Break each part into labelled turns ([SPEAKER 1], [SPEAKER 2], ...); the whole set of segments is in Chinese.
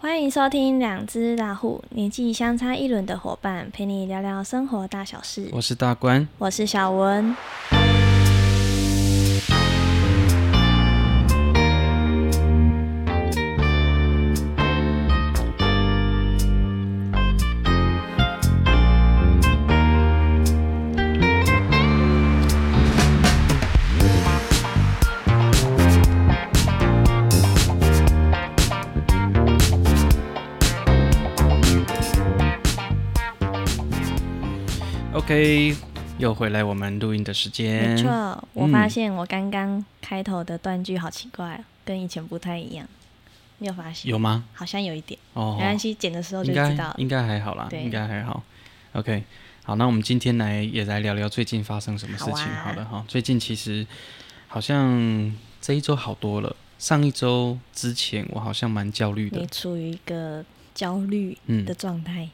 [SPEAKER 1] 欢迎收听《两只老虎》，年纪相差一轮的伙伴陪你聊聊生活大小事。
[SPEAKER 2] 我是大官，
[SPEAKER 1] 我是小文。
[SPEAKER 2] OK，又回来我们录音的时间。
[SPEAKER 1] 没错，我发现我刚刚开头的断句好奇怪、哦，跟以前不太一样。你有发现？
[SPEAKER 2] 有吗？
[SPEAKER 1] 好像有一点，
[SPEAKER 2] 哦，
[SPEAKER 1] 没关系，剪的时候就
[SPEAKER 2] 应
[SPEAKER 1] 知
[SPEAKER 2] 该
[SPEAKER 1] 道了。
[SPEAKER 2] 应该还好啦，
[SPEAKER 1] 对
[SPEAKER 2] 应该还好。OK，好，那我们今天来也来聊聊最近发生什么事情
[SPEAKER 1] 好啊
[SPEAKER 2] 好了哈。最近其实好像这一周好多了，上一周之前我好像蛮焦虑
[SPEAKER 1] 你
[SPEAKER 2] 的，
[SPEAKER 1] 处于一个焦虑
[SPEAKER 2] 嗯
[SPEAKER 1] 的，状态，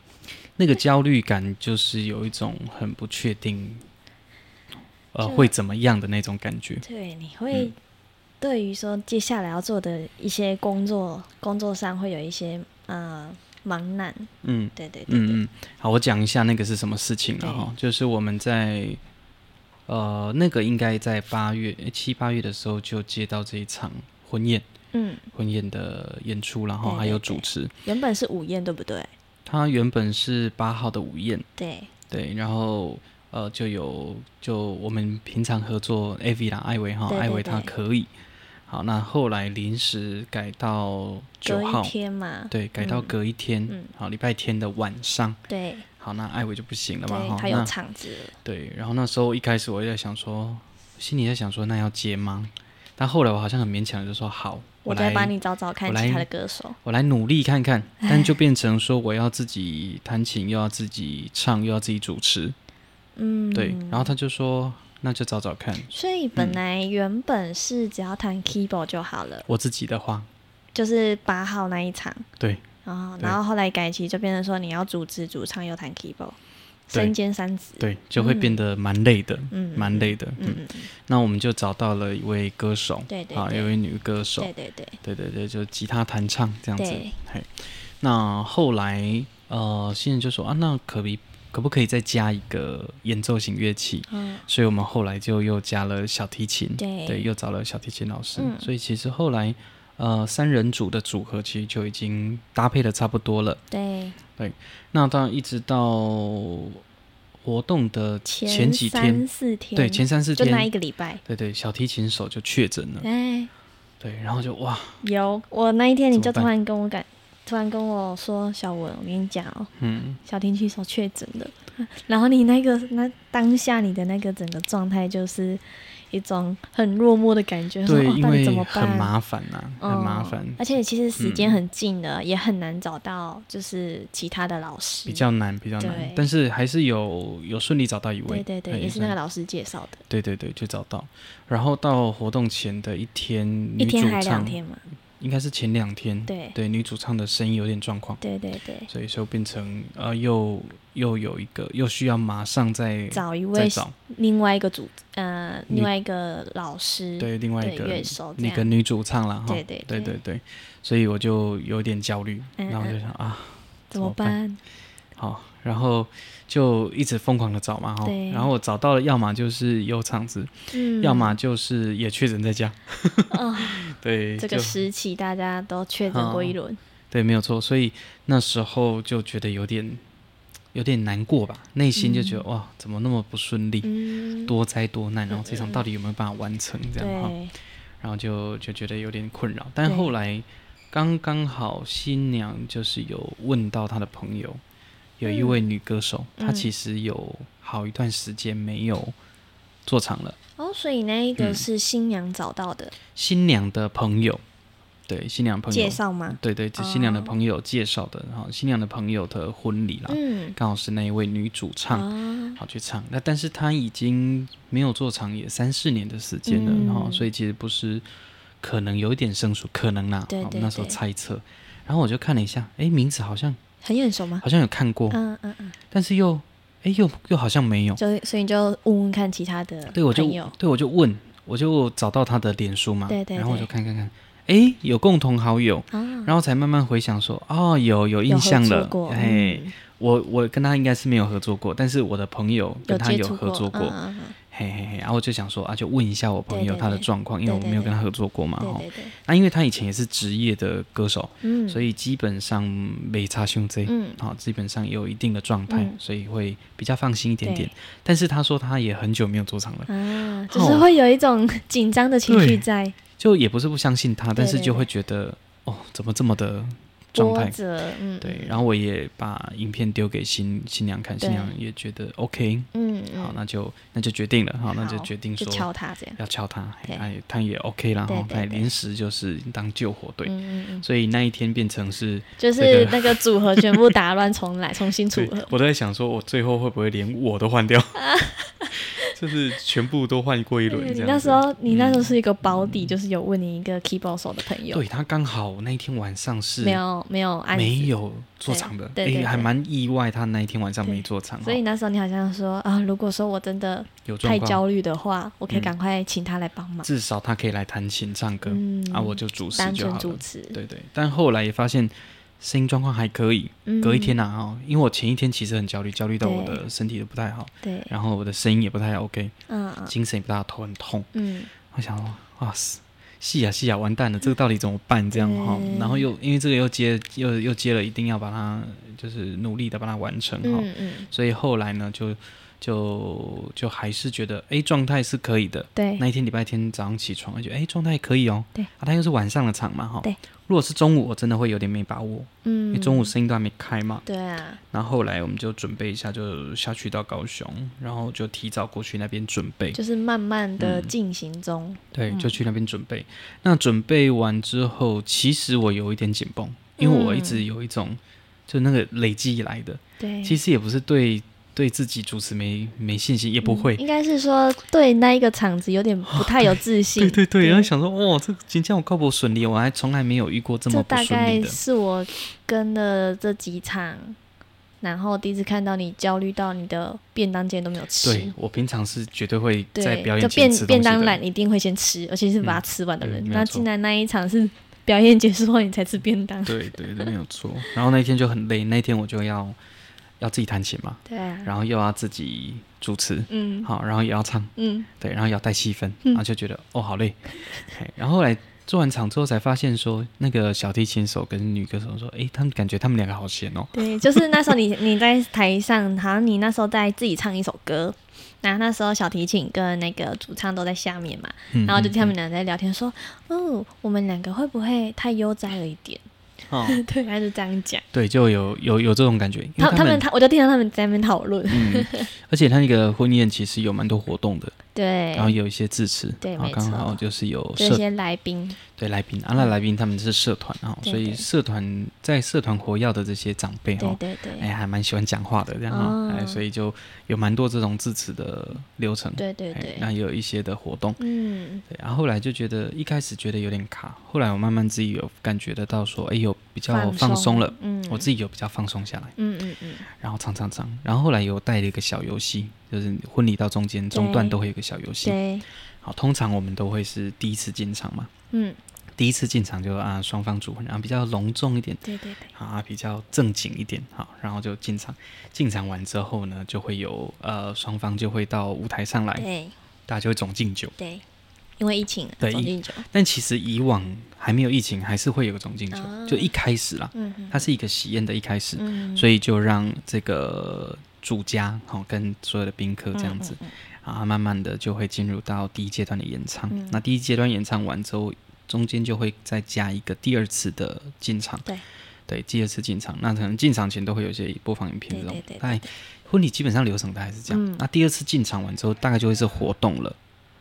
[SPEAKER 2] 那个焦虑感就是有一种很不确定，呃，
[SPEAKER 1] 就
[SPEAKER 2] 会怎么样的那种感觉。
[SPEAKER 1] 对，你会
[SPEAKER 2] 嗯
[SPEAKER 1] 对于说接下来要做的一些工作，工作上会有一些呃茫然。
[SPEAKER 2] 嗯，
[SPEAKER 1] 对对对对
[SPEAKER 2] 嗯嗯，好，我讲一下那个是什么事情了哈，就是我们在呃那个应该在八月诶七八月的时候就接到这一场婚宴
[SPEAKER 1] 嗯，
[SPEAKER 2] 婚宴的演出啦，然后
[SPEAKER 1] 对
[SPEAKER 2] 还有
[SPEAKER 1] 对对
[SPEAKER 2] 主持，
[SPEAKER 1] 原本是午宴，对不对？
[SPEAKER 2] 它原本是八号的午宴，
[SPEAKER 1] 对，
[SPEAKER 2] 对，然后呃就有就我们平常合作 AV 啦，艾维哈，
[SPEAKER 1] 对对
[SPEAKER 2] 艾维他
[SPEAKER 1] 对
[SPEAKER 2] 可以，好，那后来临时改到
[SPEAKER 1] 隔
[SPEAKER 2] 九
[SPEAKER 1] 一
[SPEAKER 2] 号，
[SPEAKER 1] 天嘛，
[SPEAKER 2] 对，改到
[SPEAKER 1] 嗯
[SPEAKER 2] 隔一天，
[SPEAKER 1] 嗯
[SPEAKER 2] 好，礼拜天的晚上。
[SPEAKER 1] 对
[SPEAKER 2] 好，那艾维就不行了嘛，
[SPEAKER 1] 对，
[SPEAKER 2] 哈，
[SPEAKER 1] 他有
[SPEAKER 2] 那
[SPEAKER 1] 场子了，
[SPEAKER 2] 对，然后那时候一开始我也在想说，心里在想说那要接吗？但后来我好像很勉强地就说好，
[SPEAKER 1] 我再
[SPEAKER 2] 来
[SPEAKER 1] 帮你找找看
[SPEAKER 2] 我来
[SPEAKER 1] 其他的歌手。
[SPEAKER 2] 我来努力看看，但就变成说我要自己弹琴，又要自己唱，又要自己主持，
[SPEAKER 1] 嗯，
[SPEAKER 2] 对。嗯然后他就说那就找找看，
[SPEAKER 1] 所以本来原本是只要弹 keyboard 就好了，
[SPEAKER 2] 我自己的话，
[SPEAKER 1] 就是八号那一场。
[SPEAKER 2] 对
[SPEAKER 1] 然后，
[SPEAKER 2] 对
[SPEAKER 1] 然后后来改期就变成说你要主持、主唱又弹 keyboard，
[SPEAKER 2] 对
[SPEAKER 1] 身兼三职。
[SPEAKER 2] 对，就会变得蛮累的，
[SPEAKER 1] 嗯，
[SPEAKER 2] 蛮累的。
[SPEAKER 1] 嗯
[SPEAKER 2] 嗯，
[SPEAKER 1] 嗯，嗯
[SPEAKER 2] 那我们就找到了一位歌手，
[SPEAKER 1] 对对
[SPEAKER 2] 啊，有一
[SPEAKER 1] 对，
[SPEAKER 2] 位女歌手，
[SPEAKER 1] 对对对
[SPEAKER 2] 对对对，就吉他弹唱这样子。
[SPEAKER 1] 对，
[SPEAKER 2] 那后来呃，新人就说啊，那可不可不可以再加一个演奏型乐器？
[SPEAKER 1] 嗯，
[SPEAKER 2] 所以我们后来就又加了小提琴，
[SPEAKER 1] 对
[SPEAKER 2] 又找了小提琴老师。
[SPEAKER 1] 嗯
[SPEAKER 2] 所以其实后来呃，三人组的组合其实就已经搭配的差不多了。
[SPEAKER 1] 对，
[SPEAKER 2] 那到一直到活动的前几天
[SPEAKER 1] 三，四天，
[SPEAKER 2] 对前三四
[SPEAKER 1] 就那一
[SPEAKER 2] 天，
[SPEAKER 1] 个礼拜。
[SPEAKER 2] 对对，小提琴手就确诊了，
[SPEAKER 1] 哎，
[SPEAKER 2] 对，然后就哇，
[SPEAKER 1] 有我那一天你就突
[SPEAKER 2] 怎么办
[SPEAKER 1] 然跟我感，突然跟我说小文，我跟你讲哦，
[SPEAKER 2] 嗯，
[SPEAKER 1] 小提琴手确诊了，然后你那个那当下你的那个整个状态就是一种很落寞的感觉，
[SPEAKER 2] 对，
[SPEAKER 1] 说哦
[SPEAKER 2] 因
[SPEAKER 1] 到底
[SPEAKER 2] 为
[SPEAKER 1] 怎么
[SPEAKER 2] 很
[SPEAKER 1] 办？
[SPEAKER 2] 麻烦呐、很麻
[SPEAKER 1] 嗯
[SPEAKER 2] 烦，
[SPEAKER 1] 而且其实时间
[SPEAKER 2] 嗯
[SPEAKER 1] 很近了，也很难找到就是其他的老师，
[SPEAKER 2] 比较难，比较难
[SPEAKER 1] 对，
[SPEAKER 2] 但是还是有有顺利找到一位，
[SPEAKER 1] 对对对，也是那个老师介绍的，
[SPEAKER 2] 对对对，就找到。然后到活动前的一天，
[SPEAKER 1] 一
[SPEAKER 2] 女主
[SPEAKER 1] 天还两
[SPEAKER 2] 唱
[SPEAKER 1] 天嘛，
[SPEAKER 2] 应该是前两天，
[SPEAKER 1] 对
[SPEAKER 2] 女主唱的声音有点状况，
[SPEAKER 1] 对对对，
[SPEAKER 2] 所以就变成呃又又有一个又需要马上再
[SPEAKER 1] 找一
[SPEAKER 2] 再
[SPEAKER 1] 位
[SPEAKER 2] 找
[SPEAKER 1] 另外一个组呃
[SPEAKER 2] 你
[SPEAKER 1] 另外一个老师，
[SPEAKER 2] 对另外一
[SPEAKER 1] 对
[SPEAKER 2] 个
[SPEAKER 1] 乐手这
[SPEAKER 2] 那
[SPEAKER 1] 样
[SPEAKER 2] 个女主唱啦，哈，
[SPEAKER 1] 对对
[SPEAKER 2] 对
[SPEAKER 1] 对
[SPEAKER 2] 对对，所以我就有点焦虑，
[SPEAKER 1] 嗯
[SPEAKER 2] 然后我就
[SPEAKER 1] 嗯
[SPEAKER 2] 想啊
[SPEAKER 1] 怎
[SPEAKER 2] 么
[SPEAKER 1] 么办？
[SPEAKER 2] 好，然后就一直疯狂的找嘛哈
[SPEAKER 1] 对，
[SPEAKER 2] 然后我找到了，要么就是有场子，
[SPEAKER 1] 嗯
[SPEAKER 2] 要么就是也确诊在家，
[SPEAKER 1] 哦
[SPEAKER 2] 对，
[SPEAKER 1] 这个
[SPEAKER 2] 就嗯
[SPEAKER 1] 时期大家都确诊过一轮，
[SPEAKER 2] 对，没有错。所以那时候就觉得有点有点难过吧，内心就觉得、哇，怎么那么不顺利，
[SPEAKER 1] 嗯，
[SPEAKER 2] 多灾多难，然后
[SPEAKER 1] 嗯
[SPEAKER 2] 这场
[SPEAKER 1] 嗯
[SPEAKER 2] 到底有没有办法完成这样哈，
[SPEAKER 1] 对，
[SPEAKER 2] 然后就就觉得有点困扰。但
[SPEAKER 1] 对
[SPEAKER 2] 后来刚刚好新娘就是有问到她的朋友，有一
[SPEAKER 1] 嗯
[SPEAKER 2] 位女歌手，她
[SPEAKER 1] 嗯
[SPEAKER 2] 其实有好一段时间没有做场了。
[SPEAKER 1] 哦，所以那一个
[SPEAKER 2] 嗯
[SPEAKER 1] 是新娘找到的
[SPEAKER 2] 新娘的朋友，对新娘朋友
[SPEAKER 1] 介绍吗？
[SPEAKER 2] 对对，这新娘的
[SPEAKER 1] 哦
[SPEAKER 2] 朋友介绍的，然后新娘的朋友的婚礼啦，
[SPEAKER 1] 嗯，
[SPEAKER 2] 刚好是那一位女主唱，
[SPEAKER 1] 啊，
[SPEAKER 2] 好去唱。那但是她已经没有做场也三四年的时间了，
[SPEAKER 1] 嗯
[SPEAKER 2] 然后所以其实不是可能有一点生疏，可能啦，
[SPEAKER 1] 对
[SPEAKER 2] 好我
[SPEAKER 1] 对
[SPEAKER 2] 们那时候
[SPEAKER 1] 对
[SPEAKER 2] 猜测。然后我就看了一下，哎，名字好像
[SPEAKER 1] 很眼熟吗？
[SPEAKER 2] 好像有看过，
[SPEAKER 1] 嗯嗯嗯，
[SPEAKER 2] 但是又哎又又好像没有。
[SPEAKER 1] 就所以你就问问看其他的
[SPEAKER 2] 对，我就
[SPEAKER 1] 朋友，
[SPEAKER 2] 对我就问，我就找到她的脸书嘛，
[SPEAKER 1] 对对
[SPEAKER 2] 然后我
[SPEAKER 1] 对
[SPEAKER 2] 就看看看，诶，有共同好友，
[SPEAKER 1] 啊，
[SPEAKER 2] 然后才慢慢回想说，哦，有有印象
[SPEAKER 1] 有合
[SPEAKER 2] 了
[SPEAKER 1] 作过，
[SPEAKER 2] 哎，
[SPEAKER 1] 嗯
[SPEAKER 2] 我我跟他应该是没有合作过，但是我的朋友跟他
[SPEAKER 1] 接
[SPEAKER 2] 有
[SPEAKER 1] 触
[SPEAKER 2] 合作过，
[SPEAKER 1] 嗯嗯
[SPEAKER 2] 嘿嘿嘿，然后我就想说啊，就问一下我朋友
[SPEAKER 1] 对对
[SPEAKER 2] 他的状况，因为
[SPEAKER 1] 对
[SPEAKER 2] 我
[SPEAKER 1] 对
[SPEAKER 2] 没有跟他合作过嘛，
[SPEAKER 1] 嗯
[SPEAKER 2] 哈
[SPEAKER 1] 对对，对，
[SPEAKER 2] 那因为他以前也是职业的歌手，
[SPEAKER 1] 嗯，
[SPEAKER 2] 所
[SPEAKER 1] 以
[SPEAKER 2] 以基本上没差胸这，
[SPEAKER 1] 嗯
[SPEAKER 2] 好、基本上有一定的状态，
[SPEAKER 1] 嗯
[SPEAKER 2] 所以会比较放心一点点。但是他说他也很久没有做场了，
[SPEAKER 1] 啊，就
[SPEAKER 2] 好
[SPEAKER 1] 是会有一种紧张的情绪
[SPEAKER 2] 哦对
[SPEAKER 1] 在
[SPEAKER 2] 就也不是不相信他，但是
[SPEAKER 1] 对对
[SPEAKER 2] 就会觉得哦，怎么这么的状
[SPEAKER 1] 波
[SPEAKER 2] 态？
[SPEAKER 1] 折，嗯，
[SPEAKER 2] 对，
[SPEAKER 1] 嗯
[SPEAKER 2] 然后我也把影片丢给新新娘看，新
[SPEAKER 1] 对
[SPEAKER 2] 娘也觉得 OK，
[SPEAKER 1] 嗯，嗯
[SPEAKER 2] 好，那就那就决定了，好，那就
[SPEAKER 1] 好
[SPEAKER 2] 决定
[SPEAKER 1] 就
[SPEAKER 2] 说
[SPEAKER 1] 敲他这样，
[SPEAKER 2] 要敲他，
[SPEAKER 1] 对
[SPEAKER 2] 哎，他也 OK 啦，
[SPEAKER 1] 对
[SPEAKER 2] 哈，
[SPEAKER 1] 对
[SPEAKER 2] 他也
[SPEAKER 1] 对
[SPEAKER 2] 临时就是当救火队，
[SPEAKER 1] 嗯嗯嗯，
[SPEAKER 2] 所以那一天变成 是
[SPEAKER 1] 就是那个组合全部打乱重来，重新组
[SPEAKER 2] 对
[SPEAKER 1] 合，
[SPEAKER 2] 我都在想说，我最后会不会连我 都换掉？就是全部都换过一轮
[SPEAKER 1] 嗯
[SPEAKER 2] 这
[SPEAKER 1] 你
[SPEAKER 2] 样子。
[SPEAKER 1] 那时候，你那时候
[SPEAKER 2] 嗯
[SPEAKER 1] 是一个保底，就是有问你一个 keyboard 手的朋友，
[SPEAKER 2] 对他刚好那一天晚上是
[SPEAKER 1] 没有没有案子，
[SPEAKER 2] 没有做场的，
[SPEAKER 1] 对对对
[SPEAKER 2] 诶
[SPEAKER 1] 对
[SPEAKER 2] 还蛮意外，他那一天晚上没做场，
[SPEAKER 1] 所以
[SPEAKER 2] 哦
[SPEAKER 1] 那时候你好像说啊，如果说我真的
[SPEAKER 2] 有状
[SPEAKER 1] 太
[SPEAKER 2] 况，
[SPEAKER 1] 焦虑的话，我可以
[SPEAKER 2] 嗯
[SPEAKER 1] 赶快请他来帮忙，
[SPEAKER 2] 至少他可以来弹琴唱歌
[SPEAKER 1] 嗯
[SPEAKER 2] 啊，我就主持
[SPEAKER 1] 单
[SPEAKER 2] 就
[SPEAKER 1] 纯
[SPEAKER 2] 好
[SPEAKER 1] 主
[SPEAKER 2] 了。
[SPEAKER 1] 持，
[SPEAKER 2] 对对，但后来也发现声音状况还可以。
[SPEAKER 1] 嗯
[SPEAKER 2] 隔一天啊，哦，因为我前一天其实很焦虑，焦虑到我
[SPEAKER 1] 对
[SPEAKER 2] 的身体都不太好，
[SPEAKER 1] 对，
[SPEAKER 2] 然后我的声音也不太 OK，
[SPEAKER 1] 嗯嗯
[SPEAKER 2] 精神也不大好，头很痛。
[SPEAKER 1] 嗯，
[SPEAKER 2] 我想说，哇是是呀是呀，啊完蛋了，这个到底怎么办？这样哈、
[SPEAKER 1] 对
[SPEAKER 2] 然后又因为这个又接又又接了，一定要把它就是努力的把它完成哈、
[SPEAKER 1] 嗯嗯，
[SPEAKER 2] 所以后来呢，就就就还是觉得，哎，状态是可以的。
[SPEAKER 1] 对
[SPEAKER 2] 那一天礼拜天早上起床，我觉得哎，状态可以哦。
[SPEAKER 1] 对
[SPEAKER 2] 啊，它又是晚上的场嘛哈。哦
[SPEAKER 1] 对。
[SPEAKER 2] 如果是中午，我真的会有点没把握，因为
[SPEAKER 1] 嗯，
[SPEAKER 2] 中午声音都还没开嘛。
[SPEAKER 1] 对啊，
[SPEAKER 2] 然后后来我们就准备一下，就下去到高雄，然后就提早过去那边准备。
[SPEAKER 1] 就是慢慢的
[SPEAKER 2] 嗯
[SPEAKER 1] 进行中，
[SPEAKER 2] 对，
[SPEAKER 1] 嗯
[SPEAKER 2] 就去那边准备。那准备完之后，其实我有一点紧绷，因为我一直有一种、就那个累积以来的，
[SPEAKER 1] 嗯对，
[SPEAKER 2] 其实也不是对对自己主持没没信心，也不会。
[SPEAKER 1] 嗯 应该是说对那一个场子有点不太有自信
[SPEAKER 2] 对，对对，
[SPEAKER 1] 对
[SPEAKER 2] 然后想说，哇，这今天我靠不顺利，我还从来没有遇过这么不
[SPEAKER 1] 大
[SPEAKER 2] 顺利
[SPEAKER 1] 概
[SPEAKER 2] 的。
[SPEAKER 1] 是我跟了这几场，然后第一次看到你焦虑到你的便当间都没有
[SPEAKER 2] 对
[SPEAKER 1] 吃。
[SPEAKER 2] 我平常是绝对会在
[SPEAKER 1] 对，
[SPEAKER 2] 表
[SPEAKER 1] 就
[SPEAKER 2] 演前
[SPEAKER 1] 便
[SPEAKER 2] 吃东
[SPEAKER 1] 便
[SPEAKER 2] 西的
[SPEAKER 1] 当
[SPEAKER 2] 人
[SPEAKER 1] 懒一定会先吃，而且是把它吃完的人
[SPEAKER 2] 嗯。对没有
[SPEAKER 1] 那
[SPEAKER 2] 错
[SPEAKER 1] 进来那一场是 表演结束后你才吃便当。
[SPEAKER 2] 对对对，没有错。然后那一天就很累，那一天我就要要自己弹琴嘛，
[SPEAKER 1] 对啊，
[SPEAKER 2] 然后又要自己主持，
[SPEAKER 1] 嗯
[SPEAKER 2] 好，然后也要唱。
[SPEAKER 1] 嗯，
[SPEAKER 2] 对，然后也要带气氛，然后就觉得、哦好累，嘿然后后来做完场之后才发现说，那个小提琴手跟女歌手说，诶，他们感觉他们两个好闲哦，
[SPEAKER 1] 对，就是那时候你 你在台上，好像你那时候在自己唱一首歌，然后那时候小提琴跟那个主唱都在下面嘛，
[SPEAKER 2] 嗯
[SPEAKER 1] 然后就
[SPEAKER 2] 嗯
[SPEAKER 1] 听他们俩在聊天说，哦，我们两个会不会太悠哉了一点？
[SPEAKER 2] 哦，
[SPEAKER 1] 对，他就这样讲。
[SPEAKER 2] 对，就有有有这种感觉，因为
[SPEAKER 1] 他
[SPEAKER 2] 他
[SPEAKER 1] 们
[SPEAKER 2] 们
[SPEAKER 1] 他，我就听到他们在那边讨论。
[SPEAKER 2] 嗯，而且他那个婚宴其实有蛮多活动的，
[SPEAKER 1] 对
[SPEAKER 2] 然，后也有一些致辞，
[SPEAKER 1] 对
[SPEAKER 2] 然后
[SPEAKER 1] 没
[SPEAKER 2] 刚好
[SPEAKER 1] 错
[SPEAKER 2] 就是有
[SPEAKER 1] 这
[SPEAKER 2] 社
[SPEAKER 1] 些来宾，
[SPEAKER 2] 对来宾，啊那来宾他们是社团哈，
[SPEAKER 1] 对
[SPEAKER 2] 所以
[SPEAKER 1] 对
[SPEAKER 2] 社团在社团活跃的这些长辈
[SPEAKER 1] 对
[SPEAKER 2] 哈。
[SPEAKER 1] 对对，
[SPEAKER 2] 哎，还蛮喜欢讲话的，这样哈、
[SPEAKER 1] 哦
[SPEAKER 2] 哎，所以就有蛮多这种致辞的流程。
[SPEAKER 1] 对对
[SPEAKER 2] 哎
[SPEAKER 1] 对，
[SPEAKER 2] 那也有一些的活动，
[SPEAKER 1] 嗯，
[SPEAKER 2] 对，然后后来就觉得一开始觉得有点卡，后来我慢慢自己有感觉得到说，哎，有比较放松了，，
[SPEAKER 1] 嗯，
[SPEAKER 2] 我自己有比较放松下来，
[SPEAKER 1] 嗯嗯嗯，
[SPEAKER 2] 然后唱唱唱，然后后来有带了一个小游戏，就是婚礼到中间中段都会有一个小游戏，
[SPEAKER 1] 对，
[SPEAKER 2] 好，通常我们都会是第一次进场嘛，
[SPEAKER 1] 嗯，
[SPEAKER 2] 第一次进场就啊双方主婚，然后比较隆重一点。
[SPEAKER 1] 对对对，
[SPEAKER 2] 啊，比较正经一点，好，然后就进场。进场完之后呢，就会有呃，双方就会到舞台上来，
[SPEAKER 1] 对
[SPEAKER 2] 大家就会总敬酒。
[SPEAKER 1] 对，因为疫情啊，
[SPEAKER 2] 对
[SPEAKER 1] 走
[SPEAKER 2] 疫
[SPEAKER 1] 进酒，
[SPEAKER 2] 但其实以往还没有疫情，还是会有个总进酒，
[SPEAKER 1] 啊
[SPEAKER 2] 就一开始啦，
[SPEAKER 1] 嗯嗯
[SPEAKER 2] 它是一个喜宴的一开始，
[SPEAKER 1] 嗯，
[SPEAKER 2] 所
[SPEAKER 1] 以
[SPEAKER 2] 以就让这个主家好、哦、跟所有的宾
[SPEAKER 1] 嗯
[SPEAKER 2] 客这样子、，啊，慢慢的就会进入到第一阶段的演唱。
[SPEAKER 1] 嗯
[SPEAKER 2] 那第一阶段演唱完之后，中间就会再加一个第二次的进场。
[SPEAKER 1] 对。
[SPEAKER 2] 对，第二次进场，那可能进场前都会有一些播放影片
[SPEAKER 1] 对
[SPEAKER 2] 这种
[SPEAKER 1] 对，对对
[SPEAKER 2] 大概婚礼基本上流程大概是这样。
[SPEAKER 1] 嗯
[SPEAKER 2] 那第二次进场完之后，大概就会是活动了。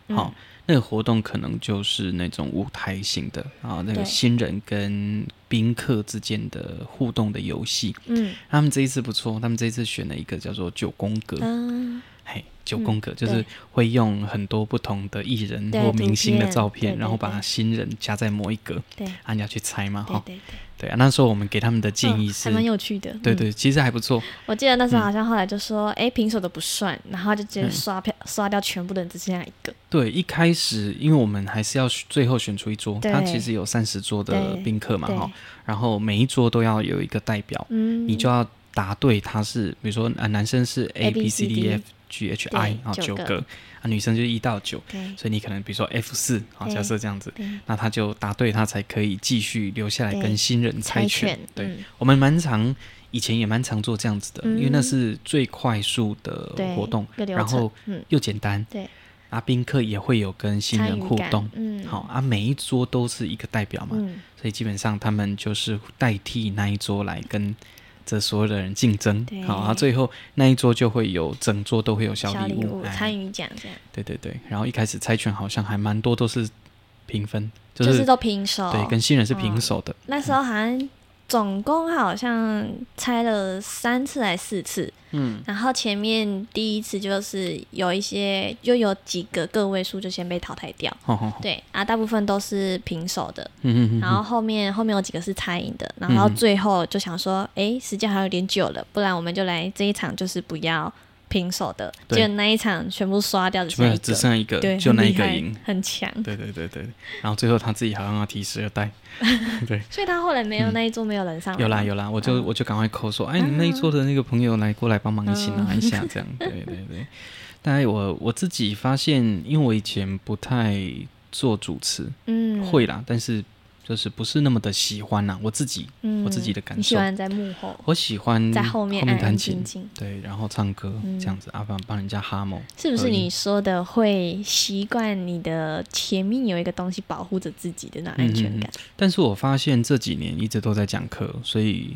[SPEAKER 2] 好、那个活动可能就是那种舞台型的啊，那个
[SPEAKER 1] 对
[SPEAKER 2] 新人跟宾客之间的互动的游戏。
[SPEAKER 1] 嗯
[SPEAKER 2] 他们这一次不错，他们这一次选了一个叫做九宫格，
[SPEAKER 1] 嗯，
[SPEAKER 2] 嘿，九
[SPEAKER 1] 嗯
[SPEAKER 2] 宫格、就是
[SPEAKER 1] 对
[SPEAKER 2] 会用很多不同的艺人
[SPEAKER 1] 对
[SPEAKER 2] 或
[SPEAKER 1] 图
[SPEAKER 2] 明星的
[SPEAKER 1] 片
[SPEAKER 2] 照
[SPEAKER 1] 对
[SPEAKER 2] 片，
[SPEAKER 1] 对
[SPEAKER 2] 然后把
[SPEAKER 1] 对
[SPEAKER 2] 新人加在某一格，
[SPEAKER 1] 对
[SPEAKER 2] 啊，你要去猜嘛，
[SPEAKER 1] 对
[SPEAKER 2] 哈，
[SPEAKER 1] 对对，
[SPEAKER 2] 对啊，那时候我们给他们的建议
[SPEAKER 1] 嗯
[SPEAKER 2] 是，
[SPEAKER 1] 还蛮有趣的。
[SPEAKER 2] 对
[SPEAKER 1] 嗯，
[SPEAKER 2] 对，其实还不错，
[SPEAKER 1] 我记得那时候好像后来就说，哎，平手的不算，然后就直接
[SPEAKER 2] 嗯
[SPEAKER 1] 刷票刷掉全部的人，只剩下一个。
[SPEAKER 2] 对，一开始因为我们还是要选最后选出一桌，
[SPEAKER 1] 对
[SPEAKER 2] 它其实有三十桌的
[SPEAKER 1] 对
[SPEAKER 2] 宾客嘛
[SPEAKER 1] 对
[SPEAKER 2] 哈，然后每一桌都要有一个代表，
[SPEAKER 1] 嗯，
[SPEAKER 2] 你就要答对他是，比如说啊、男生是 A
[SPEAKER 1] A
[SPEAKER 2] B
[SPEAKER 1] B
[SPEAKER 2] C
[SPEAKER 1] C
[SPEAKER 2] D E
[SPEAKER 1] D
[SPEAKER 2] F G H I
[SPEAKER 1] 对
[SPEAKER 2] 啊
[SPEAKER 1] 九
[SPEAKER 2] 九
[SPEAKER 1] 个
[SPEAKER 2] 个啊，女生就一到九，
[SPEAKER 1] 对
[SPEAKER 2] 所以你可能比如说 F 四啊，
[SPEAKER 1] 对
[SPEAKER 2] 假设这样子，
[SPEAKER 1] 对
[SPEAKER 2] 那他就答对他才可以继续留下来
[SPEAKER 1] 对
[SPEAKER 2] 跟新人猜
[SPEAKER 1] 猜
[SPEAKER 2] 拳
[SPEAKER 1] 拳，，
[SPEAKER 2] 对。
[SPEAKER 1] 嗯
[SPEAKER 2] 我们蛮常以前也蛮常做这样子的，
[SPEAKER 1] 嗯
[SPEAKER 2] 因为那是最快速的
[SPEAKER 1] 对
[SPEAKER 2] 活动
[SPEAKER 1] 一个，流
[SPEAKER 2] 然后
[SPEAKER 1] 程嗯
[SPEAKER 2] 又简单。
[SPEAKER 1] 对，
[SPEAKER 2] 啊，宾客也会有跟新
[SPEAKER 1] 参
[SPEAKER 2] 人
[SPEAKER 1] 与
[SPEAKER 2] 互
[SPEAKER 1] 感
[SPEAKER 2] 动，
[SPEAKER 1] 嗯，
[SPEAKER 2] 好、，啊，每一桌都是一个代表嘛，
[SPEAKER 1] 嗯，
[SPEAKER 2] 所以基本上他们就是代替那一桌来跟这所有的人竞争
[SPEAKER 1] 对，
[SPEAKER 2] 好，啊，最后那一桌就会有整桌都会有小
[SPEAKER 1] 小
[SPEAKER 2] 礼
[SPEAKER 1] 礼物
[SPEAKER 2] 哎
[SPEAKER 1] 参与奖这样，
[SPEAKER 2] 对对对，然后一开始猜拳好像还蛮多都是平分，就
[SPEAKER 1] 就是
[SPEAKER 2] 是
[SPEAKER 1] 都平手。
[SPEAKER 2] 对跟新人是平
[SPEAKER 1] 哦嗯
[SPEAKER 2] 手的，
[SPEAKER 1] 那时候好像总共好像猜了三次还四次，
[SPEAKER 2] 嗯，
[SPEAKER 1] 然后前面第一次就是有一些就有几个个位数就先被淘汰掉，
[SPEAKER 2] 好好好，
[SPEAKER 1] 对啊，大部分都是平手的，
[SPEAKER 2] 嗯嗯嗯
[SPEAKER 1] 然
[SPEAKER 2] 嗯，
[SPEAKER 1] 后后面后面有几个是猜赢的，然后
[SPEAKER 2] 嗯
[SPEAKER 1] 最后就想说，诶，时间还有点久了，不然我们就来这一场就是不要平手的，
[SPEAKER 2] 对
[SPEAKER 1] 就那一场全部刷掉，只
[SPEAKER 2] 就
[SPEAKER 1] 剩一
[SPEAKER 2] 只
[SPEAKER 1] 个，
[SPEAKER 2] 剩一个
[SPEAKER 1] 对，，
[SPEAKER 2] 就
[SPEAKER 1] 很
[SPEAKER 2] 那一
[SPEAKER 1] 厉
[SPEAKER 2] 个
[SPEAKER 1] 害
[SPEAKER 2] 赢，
[SPEAKER 1] 很强，
[SPEAKER 2] 对对对 对，然后最后他自己好像要提十二代，
[SPEAKER 1] 所以他后来没有那一桌没有人上来吗，
[SPEAKER 2] 嗯有啦有啦，
[SPEAKER 1] 嗯
[SPEAKER 2] 我就、我就赶快扣说，哎，你那一桌的那个朋友来过来帮忙一起
[SPEAKER 1] 嗯
[SPEAKER 2] 拿一 下，这样，对对对。大概我我自己发现，因为我以前不太做主持，
[SPEAKER 1] 嗯，
[SPEAKER 2] 会啦，但是就是不是那么的喜欢啦。我自己
[SPEAKER 1] 嗯，
[SPEAKER 2] 我自己的感
[SPEAKER 1] 你喜
[SPEAKER 2] 受
[SPEAKER 1] 欢在幕后，
[SPEAKER 2] 我喜欢
[SPEAKER 1] 在后面安
[SPEAKER 2] 弹
[SPEAKER 1] 安
[SPEAKER 2] 琴
[SPEAKER 1] 静，静，
[SPEAKER 2] 对，然后唱歌、
[SPEAKER 1] 嗯
[SPEAKER 2] 这样子，啊，帮帮人家哈某，
[SPEAKER 1] 是不
[SPEAKER 2] 合
[SPEAKER 1] 是
[SPEAKER 2] 音
[SPEAKER 1] 你说的会习惯你的前面有一个东西保护着自己的那种安
[SPEAKER 2] 嗯
[SPEAKER 1] 全感？
[SPEAKER 2] 但是我发现这几年一直都在讲课，所以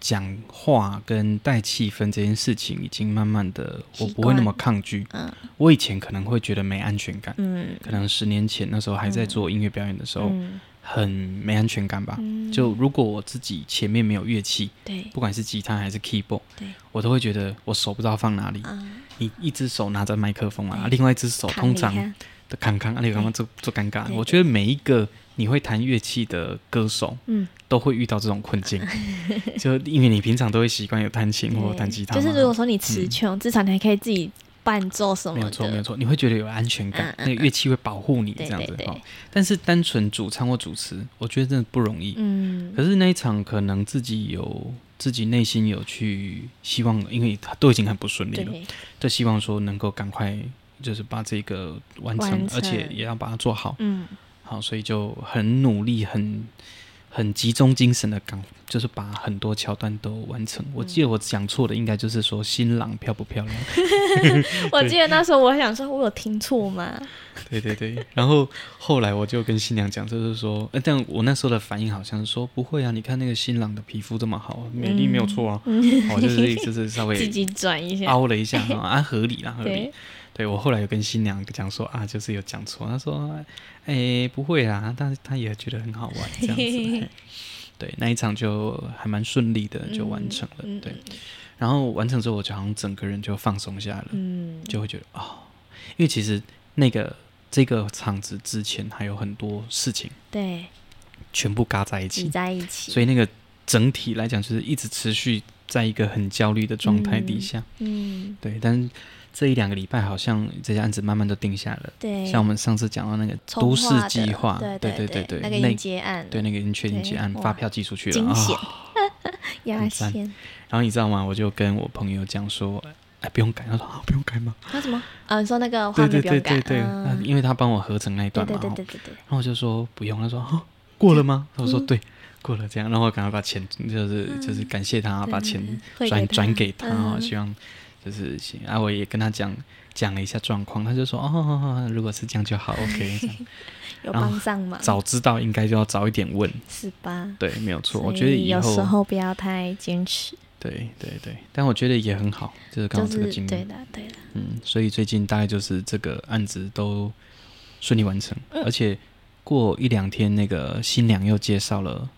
[SPEAKER 2] 讲话跟带气氛这件事情已经慢慢的，我
[SPEAKER 1] 习
[SPEAKER 2] 不会那
[SPEAKER 1] 惯
[SPEAKER 2] 么抗拒。
[SPEAKER 1] 嗯
[SPEAKER 2] 我以前可能会觉得没安全感，
[SPEAKER 1] 嗯
[SPEAKER 2] 可能十年前那时候还在做音乐表演的时候，
[SPEAKER 1] 嗯
[SPEAKER 2] 很没安全感吧。
[SPEAKER 1] 嗯
[SPEAKER 2] 就如果我自己前面没有乐器，
[SPEAKER 1] 对
[SPEAKER 2] 不管是吉他还是 keyboard，
[SPEAKER 1] 对
[SPEAKER 2] 我都会觉得我手不知道放哪里。
[SPEAKER 1] 啊，
[SPEAKER 2] 你一只手拿着麦克风啊，
[SPEAKER 1] 对
[SPEAKER 2] 另外一只手
[SPEAKER 1] 看
[SPEAKER 2] 通
[SPEAKER 1] 你
[SPEAKER 2] 常
[SPEAKER 1] 看
[SPEAKER 2] 的康康，啊，你刚刚做做尴尬。
[SPEAKER 1] 对
[SPEAKER 2] 我觉得每一个你会弹乐器的歌手
[SPEAKER 1] 嗯，
[SPEAKER 2] 都会遇到这种困境， 就因为你平常都会习惯有弹琴或
[SPEAKER 1] 对
[SPEAKER 2] 哦弹吉他
[SPEAKER 1] 就
[SPEAKER 2] 嘛，
[SPEAKER 1] 是如果说你词穷，至少你还可以自己伴奏什
[SPEAKER 2] 没有
[SPEAKER 1] 么
[SPEAKER 2] 错没有
[SPEAKER 1] 的，
[SPEAKER 2] 错，你会觉得有安全感，
[SPEAKER 1] 嗯嗯
[SPEAKER 2] 那个乐器会保护你这
[SPEAKER 1] 对
[SPEAKER 2] 样子
[SPEAKER 1] 对对
[SPEAKER 2] 哦。但是单纯主唱或主持，我觉得真的不容易。
[SPEAKER 1] 嗯
[SPEAKER 2] 可是那一场可能自己有自己内心有去希望，因为他都已经很不顺利了，
[SPEAKER 1] 对
[SPEAKER 2] 就希望说能够赶快就是把这个完成，
[SPEAKER 1] 完成
[SPEAKER 2] 而且也要把它做好。
[SPEAKER 1] 嗯
[SPEAKER 2] 好，所以就很努力，很很集中精神的赶，就是把很多桥段都完成。我记得我讲错的应该就是说新郎漂不漂亮？
[SPEAKER 1] 我记得那时候我想说，我有听错吗？
[SPEAKER 2] 对对对。然后后来我就跟新娘讲，就是说，呃，但我那时候的反应好像是说不会啊，你看那个新郎的皮肤这么好，美丽没有错啊。我、就是就是稍
[SPEAKER 1] 自
[SPEAKER 2] 微
[SPEAKER 1] 己转一下，
[SPEAKER 2] 凹了一下哈，啊，合理啦，合理
[SPEAKER 1] 对。
[SPEAKER 2] 对我后来有跟新娘讲说啊，就是有讲错，她说，哎、不会啦，但是她也觉得很好玩这样子嘿。对，那一场就还蛮顺利的，就完成了。
[SPEAKER 1] 嗯嗯
[SPEAKER 2] 对，然后完成之后，我就好像整个人就放松下来了，
[SPEAKER 1] 嗯，
[SPEAKER 2] 就会觉得哦，因为其实那个这个场子之前还有很多事情
[SPEAKER 1] 对，
[SPEAKER 2] 全部嘎在一
[SPEAKER 1] 挤
[SPEAKER 2] 起，
[SPEAKER 1] 在一起，
[SPEAKER 2] 所以那个整体来讲就是一直持续在一个很焦虑的状态底
[SPEAKER 1] 嗯
[SPEAKER 2] 下。
[SPEAKER 1] 嗯，
[SPEAKER 2] 对，但这一两个礼拜好像这些案子慢慢都定下了。
[SPEAKER 1] 对，
[SPEAKER 2] 像我们上次讲到那个
[SPEAKER 1] 从
[SPEAKER 2] 都市
[SPEAKER 1] 化的
[SPEAKER 2] 计划，
[SPEAKER 1] 对
[SPEAKER 2] 对
[SPEAKER 1] 对
[SPEAKER 2] 对
[SPEAKER 1] 那
[SPEAKER 2] 那
[SPEAKER 1] 个应接案，
[SPEAKER 2] 对那个已经确定结案，
[SPEAKER 1] 对
[SPEAKER 2] 发
[SPEAKER 1] 哇
[SPEAKER 2] 票寄出去了
[SPEAKER 1] 惊
[SPEAKER 2] 啊、
[SPEAKER 1] 险，压
[SPEAKER 2] 很赞
[SPEAKER 1] 线，
[SPEAKER 2] 然后你知道吗？我就跟我朋友讲说，哎，不用改。他说啊，不用改吗？
[SPEAKER 1] 那什么？啊，你说那个画面
[SPEAKER 2] 对对
[SPEAKER 1] 不用
[SPEAKER 2] 对
[SPEAKER 1] 改，
[SPEAKER 2] 对对，那
[SPEAKER 1] 嗯
[SPEAKER 2] 因为他帮我合成那一
[SPEAKER 1] 对
[SPEAKER 2] 段嘛，
[SPEAKER 1] 对对
[SPEAKER 2] 哈
[SPEAKER 1] 对对对，
[SPEAKER 2] 然后我就说不用。他说啊，过了吗？我说
[SPEAKER 1] 嗯
[SPEAKER 2] 对，过了。这样，然后我赶快把钱，就是就是感谢他，把
[SPEAKER 1] 嗯对
[SPEAKER 2] 钱
[SPEAKER 1] 汇
[SPEAKER 2] 转
[SPEAKER 1] 他
[SPEAKER 2] 转给他哦，
[SPEAKER 1] 嗯
[SPEAKER 2] 希望就是行啊，我也跟他讲讲了一下状况，他就说哦如果是这样就好，OK，这样
[SPEAKER 1] 有
[SPEAKER 2] 然后
[SPEAKER 1] 帮上忙，
[SPEAKER 2] 早知道应该就要早一点问，
[SPEAKER 1] 是吧？
[SPEAKER 2] 对，没有错，
[SPEAKER 1] 所
[SPEAKER 2] 我觉得
[SPEAKER 1] 以
[SPEAKER 2] 以
[SPEAKER 1] 有时
[SPEAKER 2] 后
[SPEAKER 1] 候不要太坚持，
[SPEAKER 2] 对对对，但我觉得也很好，就是刚
[SPEAKER 1] 就
[SPEAKER 2] 好这个
[SPEAKER 1] 是
[SPEAKER 2] 经历，
[SPEAKER 1] 对的对的，
[SPEAKER 2] 嗯，所以最近大概就是这个案子都顺利完成，
[SPEAKER 1] 嗯
[SPEAKER 2] 而且过一两天那个新娘又介绍了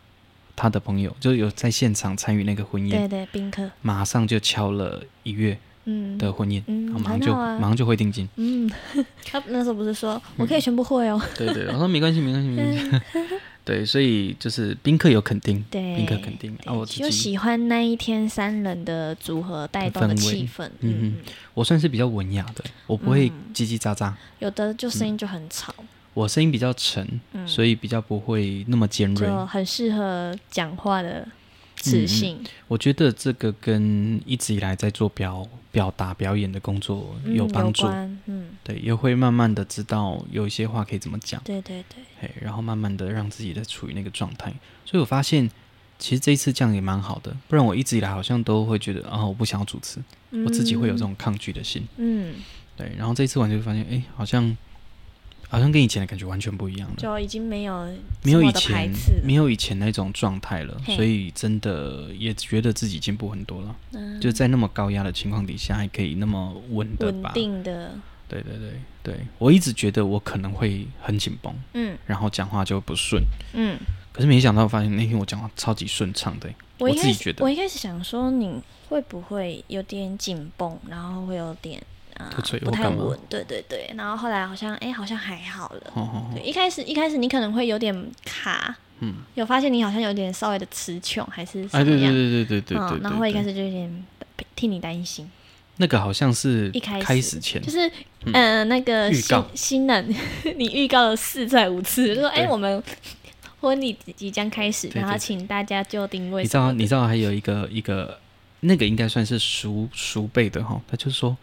[SPEAKER 2] 她的朋友，就是有在现场参与那个婚宴，
[SPEAKER 1] 对对宾客，
[SPEAKER 2] 马上就敲了一月，
[SPEAKER 1] 嗯
[SPEAKER 2] 的婚宴，
[SPEAKER 1] 嗯
[SPEAKER 2] 然后马上
[SPEAKER 1] 很
[SPEAKER 2] 就、
[SPEAKER 1] 好啊
[SPEAKER 2] 马上就汇定金。
[SPEAKER 1] 嗯，他那时候不是说
[SPEAKER 2] 嗯
[SPEAKER 1] 我可以全部会哦，
[SPEAKER 2] 对对，我说没关系，没关系，没关系。 对，所以就是宾客有肯定，
[SPEAKER 1] 嗯对，
[SPEAKER 2] 宾客肯定啊，我自
[SPEAKER 1] 就
[SPEAKER 2] 己
[SPEAKER 1] 喜欢那一天三人的组合带动的
[SPEAKER 2] 氛围
[SPEAKER 1] 气氛，
[SPEAKER 2] 嗯
[SPEAKER 1] 嗯，
[SPEAKER 2] 我算是比较文雅的，我不会
[SPEAKER 1] 嗯
[SPEAKER 2] 叽叽喳喳，
[SPEAKER 1] 有的就声音就很吵，
[SPEAKER 2] 我声音比较沉，
[SPEAKER 1] 嗯，
[SPEAKER 2] 所
[SPEAKER 1] 以
[SPEAKER 2] 以比较不会那么尖锐。
[SPEAKER 1] 就很适合讲话的磁性，
[SPEAKER 2] 我觉得这个跟一直以来在做表表达表演的工作
[SPEAKER 1] 嗯
[SPEAKER 2] 有帮助，
[SPEAKER 1] 关，嗯，
[SPEAKER 2] 对，也会慢慢的知道有一些话可以怎么讲，
[SPEAKER 1] 对对对，
[SPEAKER 2] 嘿，然后慢慢的让自己的处于那个状态。所以我发现，其实这一次这样也蛮好的，不然我一直以来好像都会觉得啊，我不想要主持，
[SPEAKER 1] 嗯
[SPEAKER 2] 我自己会有这种抗拒的心。
[SPEAKER 1] 嗯，嗯，
[SPEAKER 2] 对，然后这一次完全发现，哎，好像好像跟以前的感觉完全不一样了，
[SPEAKER 1] 就已经没有
[SPEAKER 2] 没有
[SPEAKER 1] 这
[SPEAKER 2] 以
[SPEAKER 1] 么的排
[SPEAKER 2] 前
[SPEAKER 1] 斥了，
[SPEAKER 2] 没有以前那种状态了，
[SPEAKER 1] 嘿
[SPEAKER 2] 所以真的也觉得自己进步很多了。
[SPEAKER 1] 嗯
[SPEAKER 2] 就在那么高压的情况底下，还可以那么稳的
[SPEAKER 1] 稳
[SPEAKER 2] 吧？
[SPEAKER 1] 定的，
[SPEAKER 2] 对对对对，我一直觉得我可能会很紧绷，
[SPEAKER 1] 嗯
[SPEAKER 2] 然后讲话就不顺。
[SPEAKER 1] 嗯。
[SPEAKER 2] 可是没想到，发现那天我讲话超级顺畅的欸、
[SPEAKER 1] 我一
[SPEAKER 2] 自
[SPEAKER 1] 开
[SPEAKER 2] 己
[SPEAKER 1] 始
[SPEAKER 2] 觉得
[SPEAKER 1] 我一开始想说你会不会有点紧绷，然后会有点啊、
[SPEAKER 2] 吐嘴
[SPEAKER 1] 不
[SPEAKER 2] 或
[SPEAKER 1] 太
[SPEAKER 2] 干嘛
[SPEAKER 1] 稳，对对对。然后后来好像哎、好像还好了。
[SPEAKER 2] 哦哦
[SPEAKER 1] 对，
[SPEAKER 2] 哦，
[SPEAKER 1] 一开始一开始你可能会有点卡，
[SPEAKER 2] 嗯，
[SPEAKER 1] 有发现你好像有点稍微的词穷还是什
[SPEAKER 2] 哎，
[SPEAKER 1] 么
[SPEAKER 2] 对对
[SPEAKER 1] 样？
[SPEAKER 2] 对对对对对
[SPEAKER 1] 嗯，
[SPEAKER 2] 对，
[SPEAKER 1] 然后一开
[SPEAKER 2] 对
[SPEAKER 1] 始就有点替你担心，
[SPEAKER 2] 那个好像是
[SPEAKER 1] 一开始
[SPEAKER 2] 始前
[SPEAKER 1] 就，是
[SPEAKER 2] 嗯
[SPEAKER 1] 呃那个
[SPEAKER 2] 预
[SPEAKER 1] 新
[SPEAKER 2] 告
[SPEAKER 1] 新人， 你预告了四次还五次，就说哎、
[SPEAKER 2] 对
[SPEAKER 1] 我们 婚礼即将开始，
[SPEAKER 2] 对
[SPEAKER 1] 然后
[SPEAKER 2] 对对
[SPEAKER 1] 请大家就定位
[SPEAKER 2] 你知
[SPEAKER 1] 什么
[SPEAKER 2] 道
[SPEAKER 1] 的。
[SPEAKER 2] 你知道还有一个一个那个应该算是熟熟辈的哈，他就说。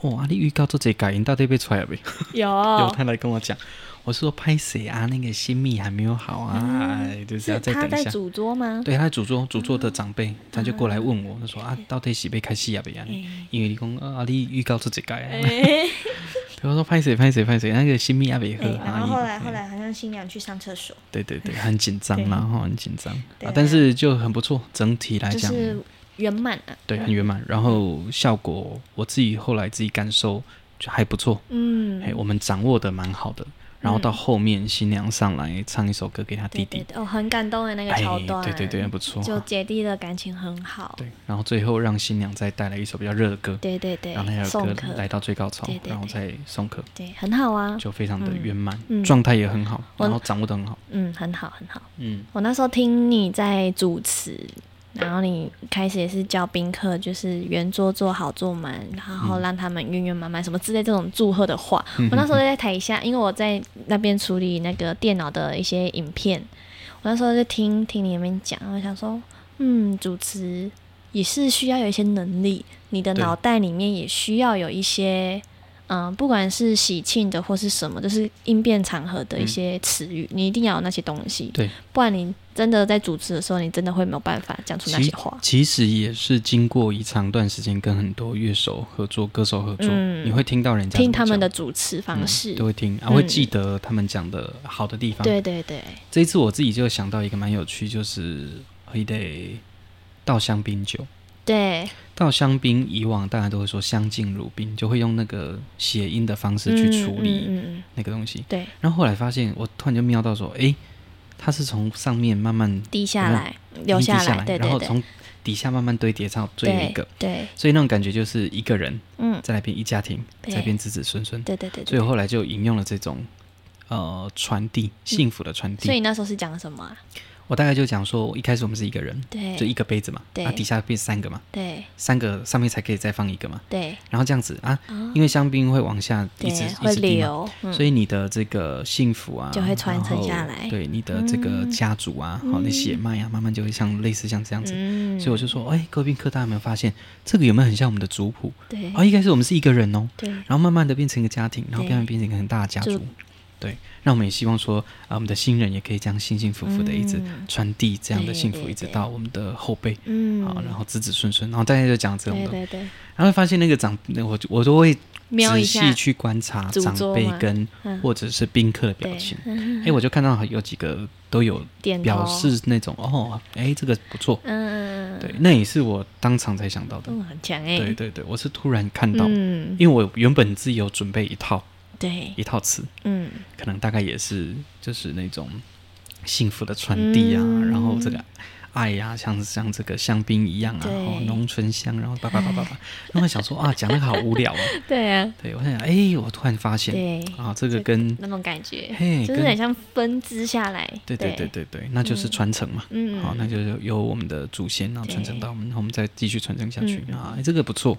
[SPEAKER 2] 哦，啊，你预告做这改，你到底被出来 没？
[SPEAKER 1] 有
[SPEAKER 2] 有他来跟我讲，我说拍谁啊？那个新密还没有好啊，哎就是要
[SPEAKER 1] 是
[SPEAKER 2] 再
[SPEAKER 1] 嗯他
[SPEAKER 2] 等一
[SPEAKER 1] 在
[SPEAKER 2] 下。
[SPEAKER 1] 主桌吗？
[SPEAKER 2] 对，他主桌主桌的长辈，他就过来问我，他说
[SPEAKER 1] 嗯
[SPEAKER 2] 啊，到底是被开戏啊不啊？
[SPEAKER 1] 哎
[SPEAKER 2] 因为你讲啊，你预告出一届啊，
[SPEAKER 1] 哎，
[SPEAKER 2] 比如说拍谁拍谁拍谁，那个新密阿 北喝
[SPEAKER 1] 对嗯然
[SPEAKER 2] 啊
[SPEAKER 1] 后，后来
[SPEAKER 2] 哎
[SPEAKER 1] 后来好像新娘去上厕所，
[SPEAKER 2] 对对对，很紧张啦，哈，很紧张，
[SPEAKER 1] 对
[SPEAKER 2] 啊
[SPEAKER 1] 啊
[SPEAKER 2] 但是就很不错，整体来
[SPEAKER 1] 就
[SPEAKER 2] 讲，
[SPEAKER 1] 是嗯圆满啊。
[SPEAKER 2] 对，很圆满，然后效果我自己后来自己感受就还不错，
[SPEAKER 1] 嗯，
[SPEAKER 2] 哎，我们掌握的蛮好的，然后到后面新娘上来唱一首歌给她弟
[SPEAKER 1] 对对
[SPEAKER 2] 弟，
[SPEAKER 1] 对，哦，很感动的那个
[SPEAKER 2] 哎
[SPEAKER 1] 桥段，，
[SPEAKER 2] 对对对，还，不错，
[SPEAKER 1] 就姐弟的感情很好。
[SPEAKER 2] 对，然后最后让新娘再带来一首比较热的歌，
[SPEAKER 1] 对对对
[SPEAKER 2] 然后那，首
[SPEAKER 1] 送
[SPEAKER 2] 歌
[SPEAKER 1] 客，
[SPEAKER 2] 来到最高潮
[SPEAKER 1] 对，对
[SPEAKER 2] 然后
[SPEAKER 1] 对
[SPEAKER 2] 再送客，
[SPEAKER 1] 对，很好啊，
[SPEAKER 2] 就非常的圆满，
[SPEAKER 1] 嗯
[SPEAKER 2] 状态也很好，
[SPEAKER 1] 我
[SPEAKER 2] 然后掌握的很好，
[SPEAKER 1] 嗯，很好很好。
[SPEAKER 2] 嗯，
[SPEAKER 1] 我那时候听你在主持，然后你开始也是教宾客，就是圆桌坐好坐满，然
[SPEAKER 2] 嗯
[SPEAKER 1] 后让他们圆圆满满什么之类这种祝贺的话。我
[SPEAKER 2] 嗯
[SPEAKER 1] 那时候在台下，因为我在那边处理那个电脑的一些影片，我那时候就听听你们讲，我想说，嗯，主持也是需要有一些能力，你的
[SPEAKER 2] 对
[SPEAKER 1] 脑袋里面也需要有一些。嗯，不管是喜庆的或是什么，就是应变场合的一些词语，你一定要有那些东西。
[SPEAKER 2] 对，
[SPEAKER 1] 不然你真的在主持的时候，你真的会没有办法讲出那些话。
[SPEAKER 2] 其实也是经过一长段时间跟很多乐手合作、歌手合作，
[SPEAKER 1] 嗯
[SPEAKER 2] 你会听到人家
[SPEAKER 1] 听
[SPEAKER 2] 怎么
[SPEAKER 1] 他们
[SPEAKER 2] 讲
[SPEAKER 1] 的主持方式，
[SPEAKER 2] 嗯、都会听，啊，
[SPEAKER 1] 嗯
[SPEAKER 2] 会记得他们讲的好的地方。，
[SPEAKER 1] 对对对，
[SPEAKER 2] 这一次我自己就想到一个蛮有趣，就是喝一得稻香槟酒。
[SPEAKER 1] 对，
[SPEAKER 2] 稻香槟以往大家都会说相敬如宾，就会用那个谐音的方式去处
[SPEAKER 1] 嗯
[SPEAKER 2] 理
[SPEAKER 1] 嗯嗯嗯
[SPEAKER 2] 那个东西。
[SPEAKER 1] 对，
[SPEAKER 2] 然后后来发现，我突然就瞄到说，诶，它是从上面慢慢
[SPEAKER 1] 低下来，
[SPEAKER 2] 流
[SPEAKER 1] 留
[SPEAKER 2] 下
[SPEAKER 1] 来，对
[SPEAKER 2] 然
[SPEAKER 1] 对
[SPEAKER 2] 后
[SPEAKER 1] 对，
[SPEAKER 2] 从底下慢慢堆叠到最后一个
[SPEAKER 1] 对，对，
[SPEAKER 2] 所以那种感觉就是一个人
[SPEAKER 1] 嗯，
[SPEAKER 2] 再来变一家庭，
[SPEAKER 1] 对
[SPEAKER 2] 再变子子孙孙。
[SPEAKER 1] 对对对
[SPEAKER 2] 所以
[SPEAKER 1] 对。
[SPEAKER 2] 我后来就引用了这种呃传递幸福的传
[SPEAKER 1] 嗯所以
[SPEAKER 2] 递。
[SPEAKER 1] 你那时候是讲什么啊？
[SPEAKER 2] 我大概就讲说，一开始我们是一个人，
[SPEAKER 1] 对
[SPEAKER 2] 就一个杯子嘛，
[SPEAKER 1] 对
[SPEAKER 2] 啊底下变三个嘛，
[SPEAKER 1] 对
[SPEAKER 2] 三个上面才可以再放一个嘛，
[SPEAKER 1] 对，
[SPEAKER 2] 然后这样子啊，
[SPEAKER 1] 啊
[SPEAKER 2] 因为香槟会往下一直
[SPEAKER 1] 对，
[SPEAKER 2] 一
[SPEAKER 1] 会
[SPEAKER 2] 直滴嘛。
[SPEAKER 1] 流，嗯
[SPEAKER 2] 所以你的这个幸福啊，
[SPEAKER 1] 就会传承
[SPEAKER 2] 然后
[SPEAKER 1] 下来嗯
[SPEAKER 2] 对你的这个家族啊，好、你血脉啊，慢慢就会像类似像这样子。
[SPEAKER 1] 嗯，
[SPEAKER 2] 所以我就说，哎，各位宾客，大家有没有发现这个有没有很像我们的族谱？
[SPEAKER 1] 对
[SPEAKER 2] 啊、一开始我们是一个人哦，
[SPEAKER 1] 对
[SPEAKER 2] 然后慢慢的变成一个家庭，然后
[SPEAKER 1] 对
[SPEAKER 2] 慢慢变成一个很大的家族
[SPEAKER 1] 就。
[SPEAKER 2] 对，那我们也希望说，啊、我们的新人也可以这样幸幸福福的一直
[SPEAKER 1] 嗯
[SPEAKER 2] 传递这样的
[SPEAKER 1] 对
[SPEAKER 2] 幸福，
[SPEAKER 1] 对
[SPEAKER 2] 一直
[SPEAKER 1] 对
[SPEAKER 2] 到我们的后辈，
[SPEAKER 1] 嗯，
[SPEAKER 2] 好，然后子子孙孙，然后大家就讲这种
[SPEAKER 1] 对
[SPEAKER 2] 的，
[SPEAKER 1] 对对，
[SPEAKER 2] 然后发现那个长，那我就我都会
[SPEAKER 1] 瞄
[SPEAKER 2] 仔
[SPEAKER 1] 一下
[SPEAKER 2] 细去观察
[SPEAKER 1] 主
[SPEAKER 2] 长
[SPEAKER 1] 桌
[SPEAKER 2] 辈
[SPEAKER 1] 嘛
[SPEAKER 2] 跟
[SPEAKER 1] 嗯
[SPEAKER 2] 或者是宾客的表
[SPEAKER 1] 对
[SPEAKER 2] 情，，
[SPEAKER 1] 嗯
[SPEAKER 2] 哎，我就看到有几个都有
[SPEAKER 1] 点
[SPEAKER 2] 表
[SPEAKER 1] 头，
[SPEAKER 2] 示那种哦，哎，这个不错，
[SPEAKER 1] 嗯，嗯，嗯
[SPEAKER 2] 对，，那也是我当场才想到的，
[SPEAKER 1] 嗯，很强哎，
[SPEAKER 2] 对对对，我是突然看到，
[SPEAKER 1] 嗯，
[SPEAKER 2] 因为我原本自己有准备一套
[SPEAKER 1] 对，
[SPEAKER 2] 一套词，
[SPEAKER 1] 嗯，
[SPEAKER 2] 可能大概也是就是那种幸福的传递啊，
[SPEAKER 1] 嗯
[SPEAKER 2] 然后这个爱呀、像像这个香槟一样啊，
[SPEAKER 1] 对
[SPEAKER 2] 哦，浓醇香，然后叭叭叭叭 叭，然后我想说啊，讲那个好无聊啊。
[SPEAKER 1] 对啊，
[SPEAKER 2] 对，我想想，哎、我突然发现
[SPEAKER 1] 对，
[SPEAKER 2] 啊，这个跟
[SPEAKER 1] 那种感觉
[SPEAKER 2] 嘿，
[SPEAKER 1] 就是
[SPEAKER 2] 跟
[SPEAKER 1] 很像分支下来。
[SPEAKER 2] 对对对
[SPEAKER 1] 对，
[SPEAKER 2] 对对，那就是传承嘛。
[SPEAKER 1] 嗯，
[SPEAKER 2] 好，那就是由我们的祖先，然后传承
[SPEAKER 1] 对
[SPEAKER 2] 到我们，然后我们再继续传承下去
[SPEAKER 1] 嗯嗯
[SPEAKER 2] 啊、哎这个不错。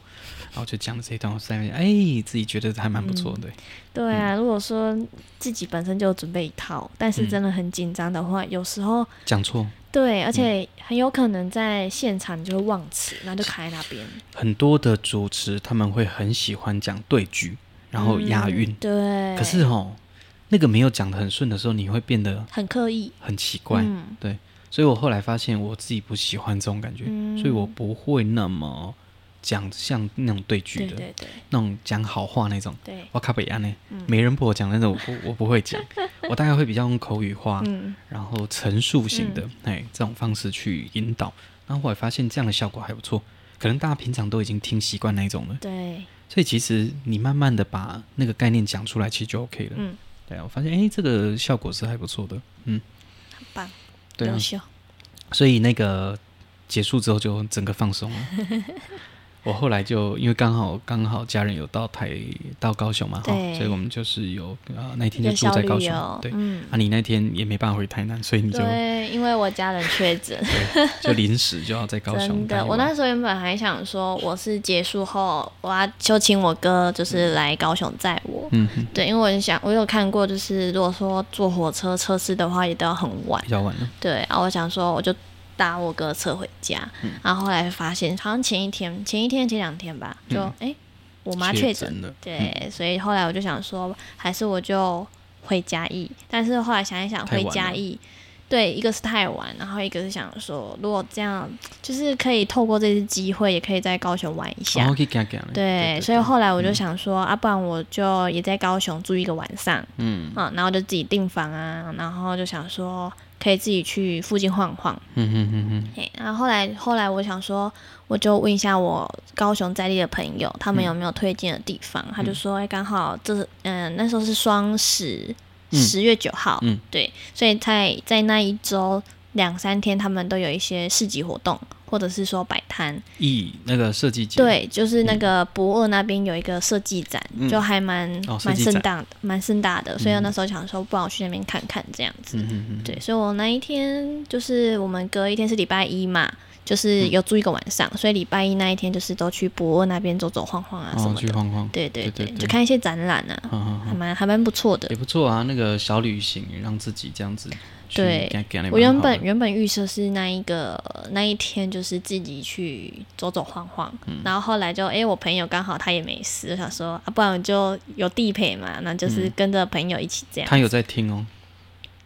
[SPEAKER 2] 然后就讲了这一段，我在哎，自己觉得还蛮不错的。
[SPEAKER 1] 对啊，如果说自己本身就有准备一套，但是
[SPEAKER 2] 嗯
[SPEAKER 1] 真的很紧张的话，有时候
[SPEAKER 2] 讲错
[SPEAKER 1] 对，而
[SPEAKER 2] 嗯
[SPEAKER 1] 且很有可能在现场你就会忘词，然后就卡在那边，
[SPEAKER 2] 很多的主持，他们会很喜欢讲对句，然后押韵。
[SPEAKER 1] 嗯对，
[SPEAKER 2] 可是哦，那个没有讲的很顺的时候，你会变得
[SPEAKER 1] 很刻意，
[SPEAKER 2] 很奇怪。
[SPEAKER 1] 嗯
[SPEAKER 2] 所以我后来发现我自己不喜欢这种感觉，
[SPEAKER 1] 嗯
[SPEAKER 2] 所以我不会那么讲像那种对句
[SPEAKER 1] 对
[SPEAKER 2] 的，
[SPEAKER 1] 对对
[SPEAKER 2] 那种讲好话那种。
[SPEAKER 1] 对，
[SPEAKER 2] 我卡北安呢
[SPEAKER 1] 嗯，
[SPEAKER 2] 没人不我讲那种，我我不 会讲，我大概会比较用口语化，
[SPEAKER 1] 嗯，
[SPEAKER 2] 然后陈述型的，哎、这种方式去引导。然后后来发现这样的效果还不错，可能大家平常都已经听习惯那一种了，
[SPEAKER 1] 对，
[SPEAKER 2] 所以其实你慢慢的把那个概念讲出来，其实就 OK 了。
[SPEAKER 1] 嗯，
[SPEAKER 2] 对啊，我发现哎、这个效果是还不错的，嗯，
[SPEAKER 1] 很棒，
[SPEAKER 2] 对啊
[SPEAKER 1] 优，秀，
[SPEAKER 2] 所以那个结束之后就整个放 松了。我后来就因为刚好刚好家人有到台到高雄嘛，哈，
[SPEAKER 1] 对
[SPEAKER 2] 所以我们就是有呃那一天就
[SPEAKER 1] 有
[SPEAKER 2] 住
[SPEAKER 1] 效
[SPEAKER 2] 在高
[SPEAKER 1] 率
[SPEAKER 2] 雄，
[SPEAKER 1] 哦，
[SPEAKER 2] 对。
[SPEAKER 1] 嗯，
[SPEAKER 2] 啊，你那天也没办法回台南，所以你就
[SPEAKER 1] 对，因为我家人确诊，
[SPEAKER 2] 就临时就要在 高雄
[SPEAKER 1] 真
[SPEAKER 2] 待一
[SPEAKER 1] 的，
[SPEAKER 2] 晚。
[SPEAKER 1] 我那时候原本还想说，我是结束后我要就请我哥就是来高雄载我。
[SPEAKER 2] 嗯哼，
[SPEAKER 1] 对，因为我很想，我有看过，就是如果说坐火车车次的话，也都要很晚
[SPEAKER 2] 比。较晚了，
[SPEAKER 1] 对，啊，我想说我就搭我哥车回家，
[SPEAKER 2] 嗯
[SPEAKER 1] 然后后来发现好像前一天、前一天、前两天吧，就
[SPEAKER 2] 嗯
[SPEAKER 1] 哎、诶我妈确诊，
[SPEAKER 2] 了，
[SPEAKER 1] 对，
[SPEAKER 2] 嗯
[SPEAKER 1] 所以后来我就想说，还是我就回嘉义，但是后来想一想，
[SPEAKER 2] 太
[SPEAKER 1] 回
[SPEAKER 2] 晚
[SPEAKER 1] 嘉
[SPEAKER 2] 了
[SPEAKER 1] 义。对，一个是太晚，然后一个是想说，如果这样，就是可以透过这次机会，也可以在高雄玩一下。
[SPEAKER 2] 然后可以讲讲了。
[SPEAKER 1] 对，所以后来我就想说，啊，不然我就也在高雄住一个晚上，
[SPEAKER 2] 嗯
[SPEAKER 1] 啊，然后就自己订房啊，然后就想说可以自己去附近晃晃。
[SPEAKER 2] 嗯嗯嗯嗯，
[SPEAKER 1] 嘿，然后后来后来我想说，我就问一下我高雄在地的朋友，他们有没有推荐的地方？他就说，哎、刚好这是嗯那时候是双十，
[SPEAKER 2] 嗯
[SPEAKER 1] 十月九号，
[SPEAKER 2] 嗯
[SPEAKER 1] 对，所以在在那一周两三天，他们都有一些市集活动，或者是说摆摊，
[SPEAKER 2] 艺那个设计节，，
[SPEAKER 1] 对，就是那个博二那边有一个设计展，
[SPEAKER 2] 嗯
[SPEAKER 1] 就还蛮
[SPEAKER 2] 哦设
[SPEAKER 1] 蛮
[SPEAKER 2] 计
[SPEAKER 1] 盛
[SPEAKER 2] 展
[SPEAKER 1] 大的，蛮盛大的，所以我那时候想说，不然我去那边看看这样子。
[SPEAKER 2] 嗯嗯嗯，
[SPEAKER 1] 对，所以我那一天就是我们隔一天是礼拜一嘛，
[SPEAKER 2] 嗯
[SPEAKER 1] 就是有住一个晚上，所以礼拜一那一天就是都去博尔那边走走晃晃啊
[SPEAKER 2] 然
[SPEAKER 1] 什
[SPEAKER 2] 后
[SPEAKER 1] 么
[SPEAKER 2] 哦去
[SPEAKER 1] 的。
[SPEAKER 2] 晃晃，
[SPEAKER 1] 对对对，
[SPEAKER 2] 对对哦
[SPEAKER 1] 就看一些展览啊，
[SPEAKER 2] 好好
[SPEAKER 1] 还
[SPEAKER 2] 好，
[SPEAKER 1] 蛮还蛮不错的
[SPEAKER 2] 也。不错啊，那个小旅行让自己这样子去
[SPEAKER 1] 对
[SPEAKER 2] 走走也蛮好的，
[SPEAKER 1] 我原本原本预设是那一个那一天就是自己去走走晃晃，
[SPEAKER 2] 嗯
[SPEAKER 1] 然后后来就诶，我朋友刚好他也没事，我想说啊，不然我就有地陪嘛，那就是跟着朋友一起这样。
[SPEAKER 2] 嗯他有在听哦，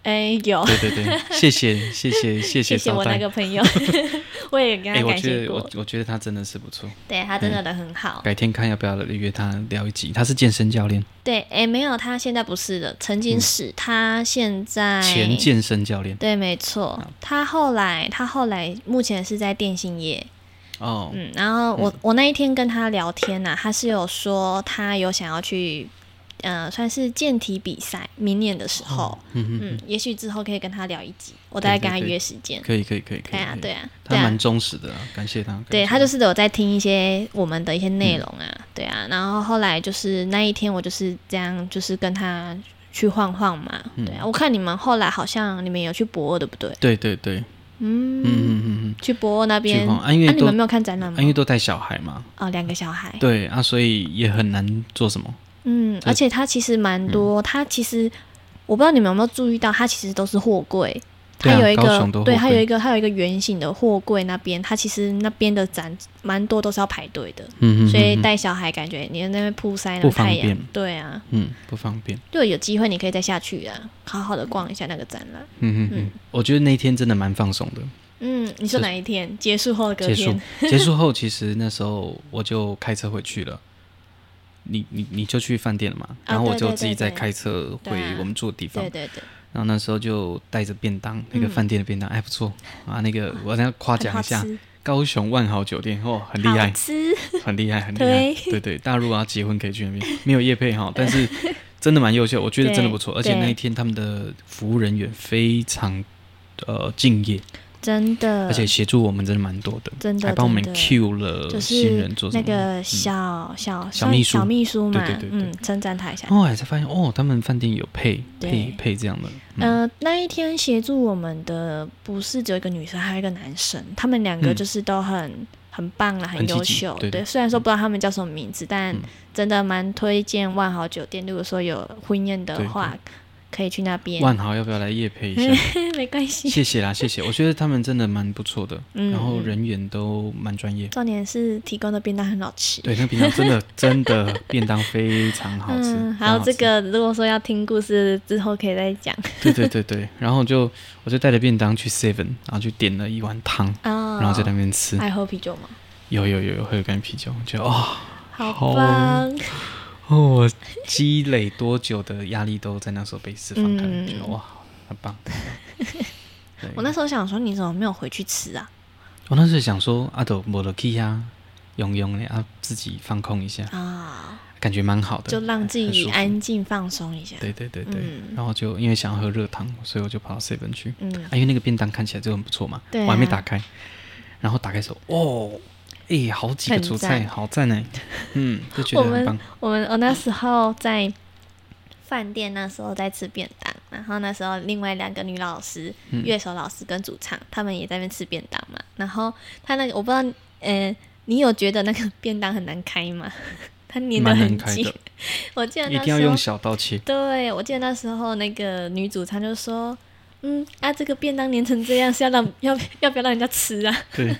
[SPEAKER 1] 诶，有，
[SPEAKER 2] 对对 对，谢谢谢谢谢
[SPEAKER 1] 谢谢
[SPEAKER 2] 招
[SPEAKER 1] 我那
[SPEAKER 2] 待
[SPEAKER 1] 个。朋 友， 我也跟
[SPEAKER 2] 哎，
[SPEAKER 1] 他
[SPEAKER 2] 我
[SPEAKER 1] 感
[SPEAKER 2] 觉
[SPEAKER 1] 谢
[SPEAKER 2] 得
[SPEAKER 1] 过，
[SPEAKER 2] 我我嗯觉得他真的是不错，
[SPEAKER 1] 对他真的人很好。
[SPEAKER 2] 改天看要不要约他聊一集。他是健身教练，
[SPEAKER 1] 对，诶，没有，他现在不是的，曾经是，他现在
[SPEAKER 2] 嗯前嗯健身教练
[SPEAKER 1] 哎对，没错，他后来他后来目前是在电信业，
[SPEAKER 2] 哦，
[SPEAKER 1] 嗯，然后我、我那一天跟他聊天呐、他是有说他有想要去，呃，算是健体比赛，明年的时候，
[SPEAKER 2] 嗯嗯，
[SPEAKER 1] 嗯，也许之后可以跟他聊一集，我再
[SPEAKER 2] 对对
[SPEAKER 1] 跟他
[SPEAKER 2] 对
[SPEAKER 1] 约时间，
[SPEAKER 2] 可以可以可以可
[SPEAKER 1] 对
[SPEAKER 2] 以
[SPEAKER 1] 啊，，
[SPEAKER 2] 可以
[SPEAKER 1] 对啊，
[SPEAKER 2] 他
[SPEAKER 1] 对啊
[SPEAKER 2] 蛮，忠实的啊，感谢他，感
[SPEAKER 1] 对
[SPEAKER 2] 谢嗯
[SPEAKER 1] 他就是有在听一些我们的一些内容啊，对啊，然后后来就是那一天我就是这样，就是跟他去晃晃嘛，
[SPEAKER 2] 嗯
[SPEAKER 1] 对啊，我看你们后来好像你们有去博尔对不对？
[SPEAKER 2] 对对对，嗯嗯嗯
[SPEAKER 1] 去博尔那边，
[SPEAKER 2] 去晃啊因为
[SPEAKER 1] 你
[SPEAKER 2] 都
[SPEAKER 1] 们没有看展览
[SPEAKER 2] 嗯，
[SPEAKER 1] 吗
[SPEAKER 2] 啊因？为都带小孩嘛，
[SPEAKER 1] 哦，两个小孩，
[SPEAKER 2] 对啊，所以也很难做什么。
[SPEAKER 1] 嗯，而且它其实蛮
[SPEAKER 2] 嗯
[SPEAKER 1] 多，它其实我不知道你们有没有注意到，它其实都是货柜。它
[SPEAKER 2] 对啊
[SPEAKER 1] 有一
[SPEAKER 2] 高
[SPEAKER 1] 个
[SPEAKER 2] 雄都，
[SPEAKER 1] 对，
[SPEAKER 2] 货
[SPEAKER 1] 它
[SPEAKER 2] 柜
[SPEAKER 1] 有一个，它有一个圆形的货柜那边，它其实那边的展蛮多都是要排队的，
[SPEAKER 2] 嗯
[SPEAKER 1] 所以带小孩感觉你在那边曝晒那
[SPEAKER 2] 不方
[SPEAKER 1] 太阳
[SPEAKER 2] 便，
[SPEAKER 1] 对啊，
[SPEAKER 2] 嗯不方便。
[SPEAKER 1] 就有机会你可以再下去啊，好好的逛一下那个展览。
[SPEAKER 2] 嗯嗯嗯，我觉得那天真的蛮放松的。
[SPEAKER 1] 嗯，你说哪一天结束后的隔
[SPEAKER 2] 结束
[SPEAKER 1] 天？
[SPEAKER 2] 结束后，其实那时候我就开车回去了。你你你就去饭店了嘛，然后我
[SPEAKER 1] 对
[SPEAKER 2] 就
[SPEAKER 1] 对
[SPEAKER 2] 自己
[SPEAKER 1] 啊对
[SPEAKER 2] 再
[SPEAKER 1] 对
[SPEAKER 2] 开车回
[SPEAKER 1] 对啊
[SPEAKER 2] 我们住的地方
[SPEAKER 1] 对。对对，
[SPEAKER 2] 然后那时候就带着便当，那个
[SPEAKER 1] 嗯
[SPEAKER 2] 饭店的便当，哎不错啊，那个我要夸
[SPEAKER 1] 很
[SPEAKER 2] 奖
[SPEAKER 1] 好
[SPEAKER 2] 一下，
[SPEAKER 1] 吃，
[SPEAKER 2] 高雄万豪酒店哦，很厉
[SPEAKER 1] 好
[SPEAKER 2] 害，
[SPEAKER 1] 吃，
[SPEAKER 2] 很厉害，很厉害。对对，大陆啊，结婚可以去那边，没有夜配 哈，但是真的蛮优秀，我觉得真的不错。
[SPEAKER 1] 对
[SPEAKER 2] 而且那
[SPEAKER 1] 对嗯
[SPEAKER 2] 一天他们的服务人员非常呃敬业，
[SPEAKER 1] 真的，
[SPEAKER 2] 而且协助我们真的蛮多的，
[SPEAKER 1] 真的
[SPEAKER 2] 还帮我们
[SPEAKER 1] 真的
[SPEAKER 2] Q 了
[SPEAKER 1] 就
[SPEAKER 2] 新
[SPEAKER 1] 是
[SPEAKER 2] 人做什
[SPEAKER 1] 那
[SPEAKER 2] 么。嗯
[SPEAKER 1] 个小小
[SPEAKER 2] 小秘
[SPEAKER 1] 算小
[SPEAKER 2] 书
[SPEAKER 1] 秘书嘛
[SPEAKER 2] 对，对对对
[SPEAKER 1] 嗯，称赞他一下。
[SPEAKER 2] 后来才发现哦，他们饭店有配配
[SPEAKER 1] 对
[SPEAKER 2] 配这样的，嗯，
[SPEAKER 1] 呃，那一天协助我们的不是只有一个女生，还有一个男生，他们两个
[SPEAKER 2] 嗯
[SPEAKER 1] 就是都很、很棒啦，
[SPEAKER 2] 很积
[SPEAKER 1] 优
[SPEAKER 2] 极
[SPEAKER 1] 秀。
[SPEAKER 2] 对对
[SPEAKER 1] 虽然说不知道他们叫什么名字，但
[SPEAKER 2] 嗯
[SPEAKER 1] 真的蛮推荐万豪酒店。如果说有婚宴
[SPEAKER 2] 对
[SPEAKER 1] 的
[SPEAKER 2] 对
[SPEAKER 1] 话，可以去那边，
[SPEAKER 2] 万豪要不要来夜配一下？
[SPEAKER 1] 没关系。
[SPEAKER 2] 谢谢啦，谢谢，我觉得他们真的蛮不错的，
[SPEAKER 1] 嗯
[SPEAKER 2] 然后
[SPEAKER 1] 嗯
[SPEAKER 2] 人员都蛮专业。
[SPEAKER 1] 重点是提供的便当很好吃。
[SPEAKER 2] 对，那平常真 的真的便当非常好吃，
[SPEAKER 1] 嗯，
[SPEAKER 2] 非
[SPEAKER 1] 还有
[SPEAKER 2] 常好
[SPEAKER 1] 这
[SPEAKER 2] 吃，
[SPEAKER 1] 个，如果说要听故事之后可以再讲
[SPEAKER 2] 对对对对，然后就我就带着便当去 Seven，然后就点了一碗汤，
[SPEAKER 1] 啊。
[SPEAKER 2] 然后在那边吃，
[SPEAKER 1] 爱喝啤酒吗？
[SPEAKER 2] 有有有有喝一罐啤酒，就哦好
[SPEAKER 1] 好棒，
[SPEAKER 2] 哦，我积累多久的压力都在那时候被释放开，
[SPEAKER 1] 嗯
[SPEAKER 2] 觉得哇，很棒。很棒对
[SPEAKER 1] 我那时候想说，你怎么没有回去吃啊？
[SPEAKER 2] 我那时候想说，阿斗没了 key 啊，用用嘞啊，自己放空一下，
[SPEAKER 1] 啊，
[SPEAKER 2] 感觉蛮好的，
[SPEAKER 1] 就让自
[SPEAKER 2] 很舒
[SPEAKER 1] 己
[SPEAKER 2] 服
[SPEAKER 1] 安静放松一下。
[SPEAKER 2] 对对对对，
[SPEAKER 1] 啊嗯
[SPEAKER 2] 然后就因为想要喝热汤，所以我就跑到 seven 去。
[SPEAKER 1] 嗯
[SPEAKER 2] 啊，因为那个便当看起来就很不错嘛，
[SPEAKER 1] 对啊
[SPEAKER 2] 我还没打开，然后打开手，哦，诶，好几个
[SPEAKER 1] 很
[SPEAKER 2] 主菜，
[SPEAKER 1] 赞
[SPEAKER 2] 好赞呢，嗯，就觉得
[SPEAKER 1] 我
[SPEAKER 2] 很
[SPEAKER 1] 们
[SPEAKER 2] 棒，
[SPEAKER 1] 我们我那时候在饭店，那时候在吃便当，然后那时候另外两个女老师，
[SPEAKER 2] 嗯
[SPEAKER 1] 乐手老师跟主唱，他们也在那边吃便当嘛。然后他那个我不知道，呃，你有觉得那个便当很难开吗？ 它粘得
[SPEAKER 2] 蛮难
[SPEAKER 1] 很
[SPEAKER 2] 开
[SPEAKER 1] 紧
[SPEAKER 2] 的。，
[SPEAKER 1] 我记得
[SPEAKER 2] 一
[SPEAKER 1] 那
[SPEAKER 2] 定要
[SPEAKER 1] 时候
[SPEAKER 2] 用，小刀切，
[SPEAKER 1] 对我记得那时候那个女主唱就说。嗯，啊，这个便当粘成这样是要让要要不要让人家吃啊？
[SPEAKER 2] 对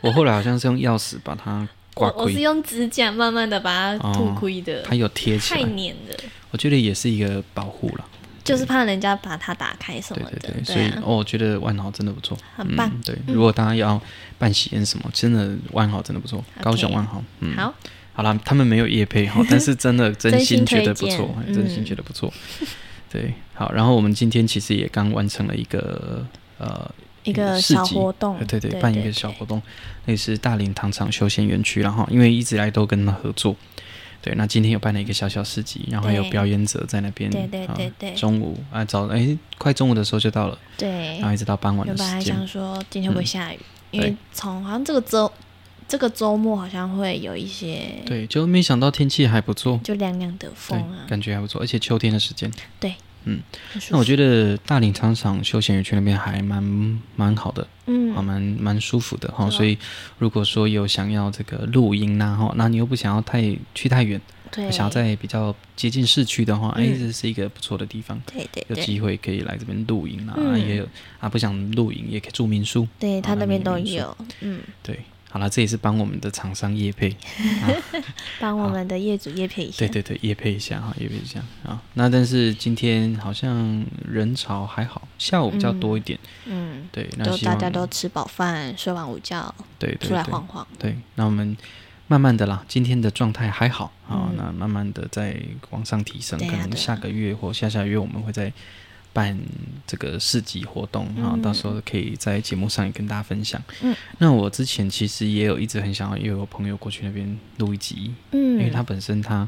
[SPEAKER 2] 我后来好像是用钥匙把它刮
[SPEAKER 1] 我我是
[SPEAKER 2] 亏，
[SPEAKER 1] 用指甲慢慢的把它吐
[SPEAKER 2] 哦
[SPEAKER 1] 亏的，
[SPEAKER 2] 它有贴起
[SPEAKER 1] 太
[SPEAKER 2] 来，
[SPEAKER 1] 黏了。
[SPEAKER 2] 我觉得也是一个保护了，
[SPEAKER 1] 就是怕人家把它打开什
[SPEAKER 2] 对
[SPEAKER 1] 么
[SPEAKER 2] 对
[SPEAKER 1] 的，
[SPEAKER 2] 对，所以
[SPEAKER 1] 啊，
[SPEAKER 2] 哦，我觉得万豪真的不错，
[SPEAKER 1] 很棒
[SPEAKER 2] 嗯，对，如果大家要办喜宴什么，真的万豪真的不错，高雄万豪，嗯，
[SPEAKER 1] 好，
[SPEAKER 2] 好啦，他们没有业配哈，但是真 的真心觉得不错，
[SPEAKER 1] 推
[SPEAKER 2] 哎
[SPEAKER 1] 荐
[SPEAKER 2] 真心
[SPEAKER 1] 嗯
[SPEAKER 2] 觉得不错。对，好，然后我们今天其实也刚完成了一个呃
[SPEAKER 1] 一个
[SPEAKER 2] 市
[SPEAKER 1] 小
[SPEAKER 2] 集
[SPEAKER 1] 活动
[SPEAKER 2] 呃，对对，
[SPEAKER 1] 对
[SPEAKER 2] 办一
[SPEAKER 1] 对
[SPEAKER 2] 个小
[SPEAKER 1] 对
[SPEAKER 2] 活动，那是大林糖厂休闲园区，然后因为一直以来都跟他们合作。对，那今天有办了一个小小市集，然后还有
[SPEAKER 1] 对
[SPEAKER 2] 表演者在那边，
[SPEAKER 1] 对对
[SPEAKER 2] 啊
[SPEAKER 1] 对对
[SPEAKER 2] 中午啊早哎快中午的时候就到了，
[SPEAKER 1] 对
[SPEAKER 2] 然。后一直到傍啊晚的
[SPEAKER 1] 原本还
[SPEAKER 2] 时间，嗯
[SPEAKER 1] 想说今天会不会下雨，因
[SPEAKER 2] 对
[SPEAKER 1] 为从好像这个周这个周末好像会有一些
[SPEAKER 2] 对，就没想到天气还不错，
[SPEAKER 1] 就凉凉的风
[SPEAKER 2] 对
[SPEAKER 1] 啊，，
[SPEAKER 2] 感觉还不错，而且秋天的时间，
[SPEAKER 1] 很舒
[SPEAKER 2] 那我
[SPEAKER 1] 服
[SPEAKER 2] 觉得大岭长场休闲园区那边还蛮蛮好的，
[SPEAKER 1] 嗯
[SPEAKER 2] 啊，蛮蛮舒服的哈。
[SPEAKER 1] 是啊
[SPEAKER 2] 所以如果说有想要这个露营呐、哈，那你又不想要太去太远，
[SPEAKER 1] 对，
[SPEAKER 2] 想要在比较接近市区的话，哎、
[SPEAKER 1] 嗯
[SPEAKER 2] 这是一个不错的地方，
[SPEAKER 1] 对对
[SPEAKER 2] 有
[SPEAKER 1] 对
[SPEAKER 2] 机会可以来这边露营啦、啊
[SPEAKER 1] 嗯
[SPEAKER 2] 也有啊不想露营也可以住民宿，
[SPEAKER 1] 对，他
[SPEAKER 2] 那
[SPEAKER 1] 那边
[SPEAKER 2] 边
[SPEAKER 1] 都
[SPEAKER 2] 民宿
[SPEAKER 1] 有，嗯，
[SPEAKER 2] 对。好了，这也是帮我们的厂商业配，
[SPEAKER 1] 帮我
[SPEAKER 2] 好
[SPEAKER 1] 们的业主业配一下
[SPEAKER 2] 对，对对，业配一下哈，业配一下啊。那但是今天好像人潮还好，下午比较多一点，
[SPEAKER 1] 嗯，
[SPEAKER 2] 对，那
[SPEAKER 1] 就
[SPEAKER 2] 希
[SPEAKER 1] 大
[SPEAKER 2] 望
[SPEAKER 1] 家都吃饱饭，睡完午觉
[SPEAKER 2] 对对对
[SPEAKER 1] 出来晃晃，
[SPEAKER 2] 对，那我们慢慢的啦，今天的状态还好啊、
[SPEAKER 1] 嗯
[SPEAKER 2] 那慢慢的再往上提升，
[SPEAKER 1] 对啊
[SPEAKER 2] 可能
[SPEAKER 1] 对啊
[SPEAKER 2] 下个月或下下月我们会再办这个市集活动啊、
[SPEAKER 1] 嗯
[SPEAKER 2] 到时候可以在节目上也跟大家分享。
[SPEAKER 1] 嗯，
[SPEAKER 2] 那我之前其实也有一直很想要，也有朋友过去那边录一集，因为他
[SPEAKER 1] 嗯，
[SPEAKER 2] 本身他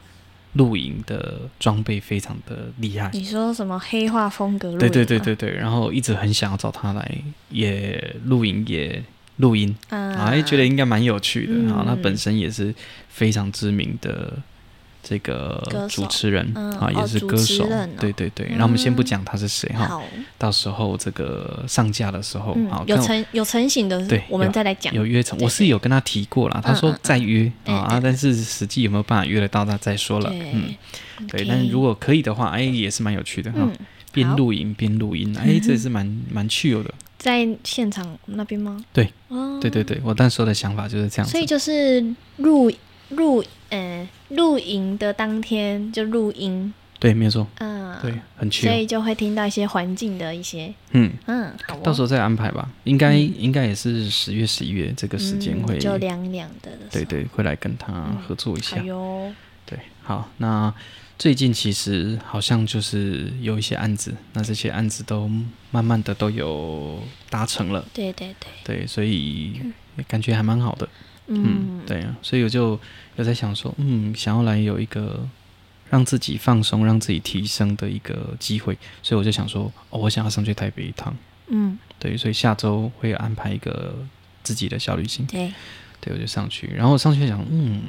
[SPEAKER 2] 露营的装备非常的厉害。
[SPEAKER 1] 你说什么黑化风格露
[SPEAKER 2] 对对
[SPEAKER 1] 营
[SPEAKER 2] 对
[SPEAKER 1] 吗，
[SPEAKER 2] 对对，然后一直很想要找他来也露营也录音，啊，
[SPEAKER 1] 啊
[SPEAKER 2] 哎，觉得应该蛮有趣的。
[SPEAKER 1] 嗯
[SPEAKER 2] 然后他本身也是非常知名的这个
[SPEAKER 1] 歌手
[SPEAKER 2] 主持人
[SPEAKER 1] 嗯
[SPEAKER 2] 啊，也
[SPEAKER 1] 哦
[SPEAKER 2] 是
[SPEAKER 1] 主
[SPEAKER 2] 歌
[SPEAKER 1] 持
[SPEAKER 2] 手
[SPEAKER 1] 人哦。
[SPEAKER 2] 对对对，
[SPEAKER 1] 嗯
[SPEAKER 2] 那我们先不讲他是谁哈，
[SPEAKER 1] 好，
[SPEAKER 2] 到时候这个上架的时候，哦好
[SPEAKER 1] 嗯，有
[SPEAKER 2] 看
[SPEAKER 1] 成有成型的
[SPEAKER 2] 对，
[SPEAKER 1] 我们
[SPEAKER 2] 有
[SPEAKER 1] 再来讲。
[SPEAKER 2] 有约成，
[SPEAKER 1] 对
[SPEAKER 2] 我是有跟他提过啦，他
[SPEAKER 1] 嗯
[SPEAKER 2] 说
[SPEAKER 1] 嗯
[SPEAKER 2] 再约
[SPEAKER 1] 对
[SPEAKER 2] 啊啊，
[SPEAKER 1] 对
[SPEAKER 2] 但是实际有没有办法约得到，那再说了。嗯，
[SPEAKER 1] 对，
[SPEAKER 2] 对，
[SPEAKER 1] OK
[SPEAKER 2] 但如果可以的话，哎，也是蛮有趣的哈
[SPEAKER 1] 嗯，
[SPEAKER 2] 边
[SPEAKER 1] 好嗯
[SPEAKER 2] 录影边录音，哎，这也是蛮蛮趣有的。
[SPEAKER 1] 在现场那边吗？
[SPEAKER 2] 对，
[SPEAKER 1] 哦，
[SPEAKER 2] 对对对，我那时候的想法就是这样子
[SPEAKER 1] 所以。就是录录呃录营的当天就录音，
[SPEAKER 2] 对，没有错，
[SPEAKER 1] 嗯，
[SPEAKER 2] 对，，很趣
[SPEAKER 1] 所。以就会听到一些环境的一些，
[SPEAKER 2] 嗯，
[SPEAKER 1] 嗯，好哦，
[SPEAKER 2] 到时
[SPEAKER 1] 候
[SPEAKER 2] 候再安排吧，应该、
[SPEAKER 1] 嗯
[SPEAKER 2] 应该也是十月、十一月这个时间会，
[SPEAKER 1] 就嗯凉凉的，
[SPEAKER 2] 对，对，会来跟他合作一下。
[SPEAKER 1] 哎呦，
[SPEAKER 2] 对，好，那最近其实好像就是有一些案子，那这些案子都慢慢的都有达成了，
[SPEAKER 1] 对对对，
[SPEAKER 2] 对，所以感觉还蛮好的，嗯，
[SPEAKER 1] 嗯，
[SPEAKER 2] 对啊，所以我就有在想说，嗯，想要来有一个。让自己放松、让自己提升的一个机会，所以我就想说，哦，我想要上去台北一趟，
[SPEAKER 1] 嗯，
[SPEAKER 2] 对，所以下周会安排一个自己的小旅行，
[SPEAKER 1] 对，
[SPEAKER 2] 对我就上去，然后我上去想，嗯，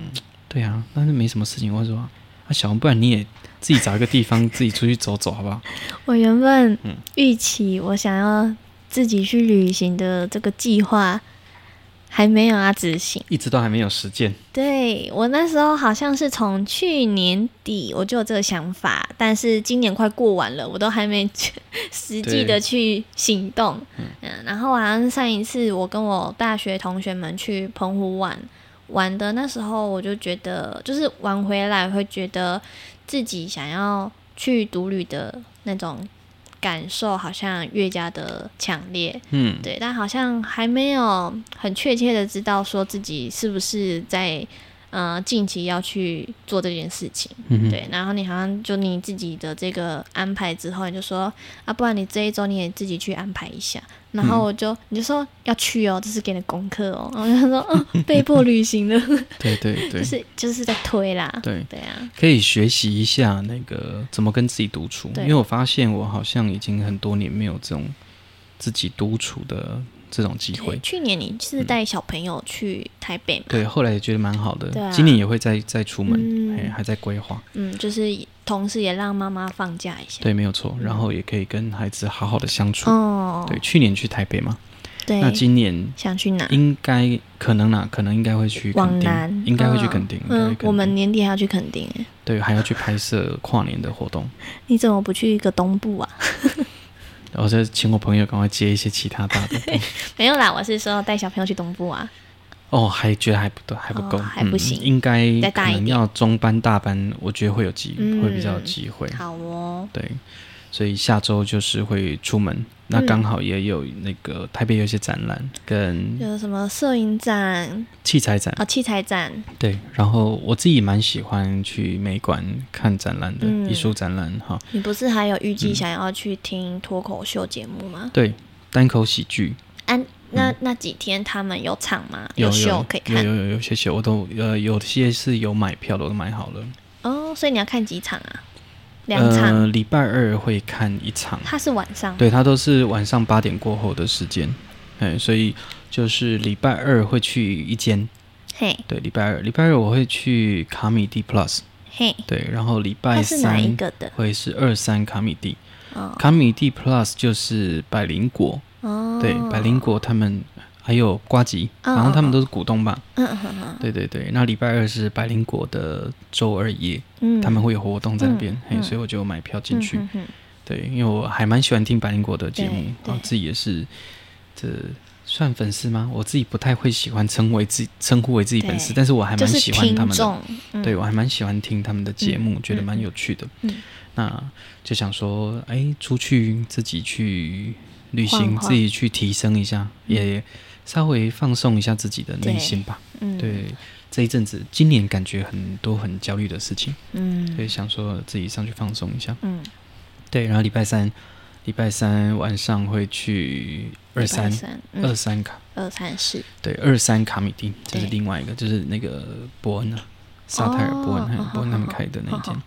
[SPEAKER 2] 对啊，但是没什么事情，我就说啊，小红，不然你也自己找一个地方自己出去走走好不好？
[SPEAKER 1] 我原本
[SPEAKER 2] 嗯
[SPEAKER 1] 预期我想要自己去旅行的这个计划还没有要执行。
[SPEAKER 2] 一直都还没有实践，
[SPEAKER 1] 对我那时候好像是从去年底我就有这个想法，但是今年快过完了，我都还没去实际
[SPEAKER 2] 对
[SPEAKER 1] 的去行动。嗯，然后好像上一次我跟我大学同学们去澎湖玩玩的那时候，我就觉得就是玩回来会觉得自己想要去独旅的那种感受，好像越加的强烈。
[SPEAKER 2] 嗯，
[SPEAKER 1] 对，但好像还没有很确切的知道说自己是不是在呃近期要去做这件事情。
[SPEAKER 2] 嗯哼，
[SPEAKER 1] 对，然后你好像就你自己的这个安排之后，你就说啊，不然你这一周你也自己去安排一下。然
[SPEAKER 2] 嗯
[SPEAKER 1] 后我就、你就说要去哦，这是给你的功课哦。然后我就说嗯，被迫旅行了，
[SPEAKER 2] 对对
[SPEAKER 1] 就
[SPEAKER 2] 对
[SPEAKER 1] 是就是在推啦。
[SPEAKER 2] 对，
[SPEAKER 1] 对啊，
[SPEAKER 2] 可以学习一下那个怎么跟自己独处，
[SPEAKER 1] 对
[SPEAKER 2] 因为我发现我好像已经很多年没有这种自己独处的这种机
[SPEAKER 1] 对，
[SPEAKER 2] 会。嗯
[SPEAKER 1] 去年你是带小朋友去台北嘛？
[SPEAKER 2] 对，后来也觉得蛮好的，
[SPEAKER 1] 对啊
[SPEAKER 2] 今年也会再再出门，
[SPEAKER 1] 嗯
[SPEAKER 2] 哎、还在规划。
[SPEAKER 1] 嗯，就是同时也让妈妈放假一下。
[SPEAKER 2] 对，没有错。然后也可以跟孩子好好的相处。
[SPEAKER 1] 嗯哦，
[SPEAKER 2] 对，去年去台北嘛，
[SPEAKER 1] 对，
[SPEAKER 2] 那今年
[SPEAKER 1] 想去哪？
[SPEAKER 2] 应该可能啦，可能应该会去
[SPEAKER 1] 往
[SPEAKER 2] 垦
[SPEAKER 1] 南
[SPEAKER 2] 丁，，应该会去
[SPEAKER 1] 嗯
[SPEAKER 2] 垦丁。应该会
[SPEAKER 1] 嗯
[SPEAKER 2] 垦，丁
[SPEAKER 1] 我们年底还要去垦丁哎，
[SPEAKER 2] 对还要去拍摄跨年的活动，
[SPEAKER 1] 你怎么不去一个东部 啊？
[SPEAKER 2] 然后再请我朋友赶快接一些其他大 的。对
[SPEAKER 1] 没有啦，我是说带小朋友去东部啊。
[SPEAKER 2] 哦，还觉得还不对，还不够，
[SPEAKER 1] 哦还不行
[SPEAKER 2] 嗯、应该
[SPEAKER 1] 再大
[SPEAKER 2] 可
[SPEAKER 1] 一
[SPEAKER 2] 能
[SPEAKER 1] 点
[SPEAKER 2] 要中班、大班，我觉得会有机，会比较有
[SPEAKER 1] 嗯
[SPEAKER 2] 机会。
[SPEAKER 1] 好哦，
[SPEAKER 2] 对，所以下周就是会出门，那
[SPEAKER 1] 嗯
[SPEAKER 2] 刚好也有那个台北有一些展览跟
[SPEAKER 1] 有什么摄影展
[SPEAKER 2] 器材展，
[SPEAKER 1] 啊、器材展，
[SPEAKER 2] 对，然后我自己蛮喜欢去美馆看展览的，
[SPEAKER 1] 嗯
[SPEAKER 2] 艺术展览哈，
[SPEAKER 1] 你不是还有预计
[SPEAKER 2] 嗯
[SPEAKER 1] 想要去听脱口秀节目吗？
[SPEAKER 2] 对，单口喜剧
[SPEAKER 1] 安、那那几天他们有唱吗？
[SPEAKER 2] 嗯有
[SPEAKER 1] 秀
[SPEAKER 2] 有
[SPEAKER 1] 可以
[SPEAKER 2] 有
[SPEAKER 1] 看
[SPEAKER 2] 有有有些秀我都呃有些是有买票的，我都买好了，
[SPEAKER 1] 哦，所以你要看几场啊？两场，
[SPEAKER 2] 呃，礼拜二会看一场，
[SPEAKER 1] 它是晚上，啊
[SPEAKER 2] 对，它都是晚上八点过后的时间，哎，所以就是礼拜二会去一间，
[SPEAKER 1] 嘿
[SPEAKER 2] 对，礼拜二礼拜二我会去卡米蒂 Plus。
[SPEAKER 1] 嘿，
[SPEAKER 2] 对，然后礼拜
[SPEAKER 1] 它是哪一
[SPEAKER 2] 三
[SPEAKER 1] 个的？
[SPEAKER 2] 会是二三卡米蒂，
[SPEAKER 1] 哦
[SPEAKER 2] 卡米蒂 Plus 就是百灵果，
[SPEAKER 1] 哦，哦
[SPEAKER 2] 对，百灵果他们还有瓜吉，然后他们都是股东吧，
[SPEAKER 1] 嗯嗯嗯嗯
[SPEAKER 2] 对对对。那礼拜二是百灵果的周二夜，
[SPEAKER 1] 嗯，
[SPEAKER 2] 他们会有活动在那边，嘿，
[SPEAKER 1] 嗯
[SPEAKER 2] 所以我就买票进
[SPEAKER 1] 嗯
[SPEAKER 2] 去。
[SPEAKER 1] 嗯嗯
[SPEAKER 2] 对，因为我还蛮喜欢听百灵果的节目
[SPEAKER 1] 对，
[SPEAKER 2] 然后
[SPEAKER 1] 对
[SPEAKER 2] 自己也是这。算粉丝吗？我自己不太会喜欢称为自己称呼为自己粉丝，
[SPEAKER 1] 对
[SPEAKER 2] 但是我还蛮
[SPEAKER 1] 就是
[SPEAKER 2] 喜欢他
[SPEAKER 1] 听
[SPEAKER 2] 们的。
[SPEAKER 1] 众，嗯
[SPEAKER 2] 对，我还蛮喜欢听他们的节目，
[SPEAKER 1] 嗯
[SPEAKER 2] 觉得蛮
[SPEAKER 1] 嗯
[SPEAKER 2] 有趣的。
[SPEAKER 1] 嗯
[SPEAKER 2] 那就想说，哎，出去自己去旅行，
[SPEAKER 1] 晃晃嗯
[SPEAKER 2] 自己去提升一下，也稍微放松一下自己的内
[SPEAKER 1] 对
[SPEAKER 2] 心吧。
[SPEAKER 1] 嗯，
[SPEAKER 2] 对，这一阵子，今年感觉很多很焦虑的事情，所以
[SPEAKER 1] 嗯
[SPEAKER 2] 想说自己上去放松一下。
[SPEAKER 1] 嗯，
[SPEAKER 2] 对，然后礼拜三，礼拜三晚上会去二三
[SPEAKER 1] 三嗯
[SPEAKER 2] 二三卡，
[SPEAKER 1] 二三四，
[SPEAKER 2] 对，二三卡米蒂，这是
[SPEAKER 1] 对
[SPEAKER 2] 另外一个，就是那个伯恩啊，沙泰尔伯恩，
[SPEAKER 1] 哦
[SPEAKER 2] 还有
[SPEAKER 1] 好
[SPEAKER 2] 伯恩
[SPEAKER 1] 好
[SPEAKER 2] 他们
[SPEAKER 1] 好
[SPEAKER 2] 开的那一
[SPEAKER 1] 好
[SPEAKER 2] 间
[SPEAKER 1] 好。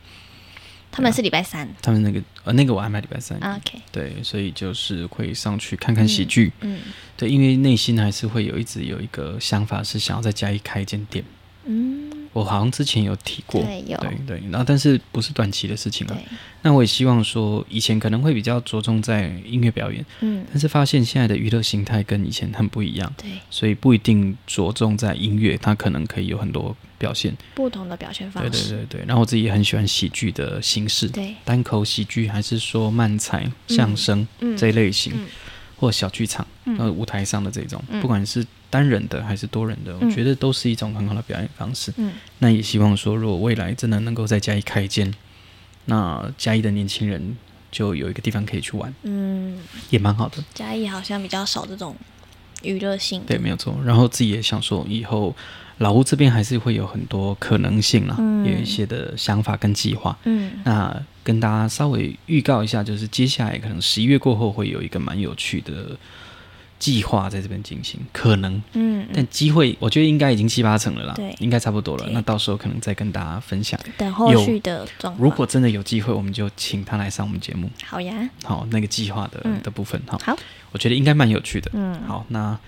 [SPEAKER 1] 他
[SPEAKER 2] 啊
[SPEAKER 1] 们是礼拜三啊
[SPEAKER 2] 他们那个呃那个我安排礼拜三，
[SPEAKER 1] ，OK，
[SPEAKER 2] 对，所以就是会上去看看喜
[SPEAKER 1] 嗯
[SPEAKER 2] 剧，
[SPEAKER 1] 嗯
[SPEAKER 2] 对，因为内心还是会有一直有一个想法是想要在嘉义开一间店，
[SPEAKER 1] 嗯，
[SPEAKER 2] 我好像之前有提过，
[SPEAKER 1] 对有
[SPEAKER 2] 对对，然后但是不是短期的事情啊
[SPEAKER 1] 对，，
[SPEAKER 2] 那我也希望说以前可能会比较着重在音乐表演，
[SPEAKER 1] 嗯
[SPEAKER 2] 但是发现现在的娱乐形态跟以前很不一样。
[SPEAKER 1] 对，
[SPEAKER 2] 所以不一定着重在音乐，它可能可以有很多表现。
[SPEAKER 1] 不同的表现
[SPEAKER 2] 对
[SPEAKER 1] 方
[SPEAKER 2] 对
[SPEAKER 1] 式，
[SPEAKER 2] 对对。然后我自己也很喜欢喜剧的形式，
[SPEAKER 1] 对，
[SPEAKER 2] 单口喜剧还是说漫才、相声、
[SPEAKER 1] 嗯
[SPEAKER 2] 这一类型，
[SPEAKER 1] 嗯
[SPEAKER 2] 或小剧场，
[SPEAKER 1] 嗯
[SPEAKER 2] 呃、舞台上的这种，
[SPEAKER 1] 嗯
[SPEAKER 2] 不管是单人的还是多人的，我
[SPEAKER 1] 嗯
[SPEAKER 2] 觉得都是一种很好的表演方式。
[SPEAKER 1] 嗯
[SPEAKER 2] 那也希望说，如果未来真的能够在嘉义开一间，那嘉义的年轻人就有一个地方可以去玩，
[SPEAKER 1] 嗯，
[SPEAKER 2] 也蛮好的。
[SPEAKER 1] 嘉义好像比较少这种娱乐性的，
[SPEAKER 2] 对，没有错。然后自己也想说，以后老屋这边还是会有很多可能性啦，
[SPEAKER 1] 嗯
[SPEAKER 2] 有一些的想法跟计划。
[SPEAKER 1] 嗯
[SPEAKER 2] 那跟大家稍微预告一下，就是接下来可能十一月过后会有一个蛮有趣的计划在这边进行，可能，
[SPEAKER 1] 嗯，嗯
[SPEAKER 2] 但机会我觉得应该已经七八成了啦，
[SPEAKER 1] 对
[SPEAKER 2] 应该差不多了。
[SPEAKER 1] 对
[SPEAKER 2] 那到时候可能再跟大家分享。
[SPEAKER 1] 等后
[SPEAKER 2] 有
[SPEAKER 1] 续的状况。
[SPEAKER 2] 如果真的有机会，我们就请他来上我们节目，
[SPEAKER 1] 好呀，
[SPEAKER 2] 好，那个计划的、
[SPEAKER 1] 嗯
[SPEAKER 2] 的部分，好，
[SPEAKER 1] 好，
[SPEAKER 2] 我觉得应该蛮有趣的。
[SPEAKER 1] 嗯，
[SPEAKER 2] 好，那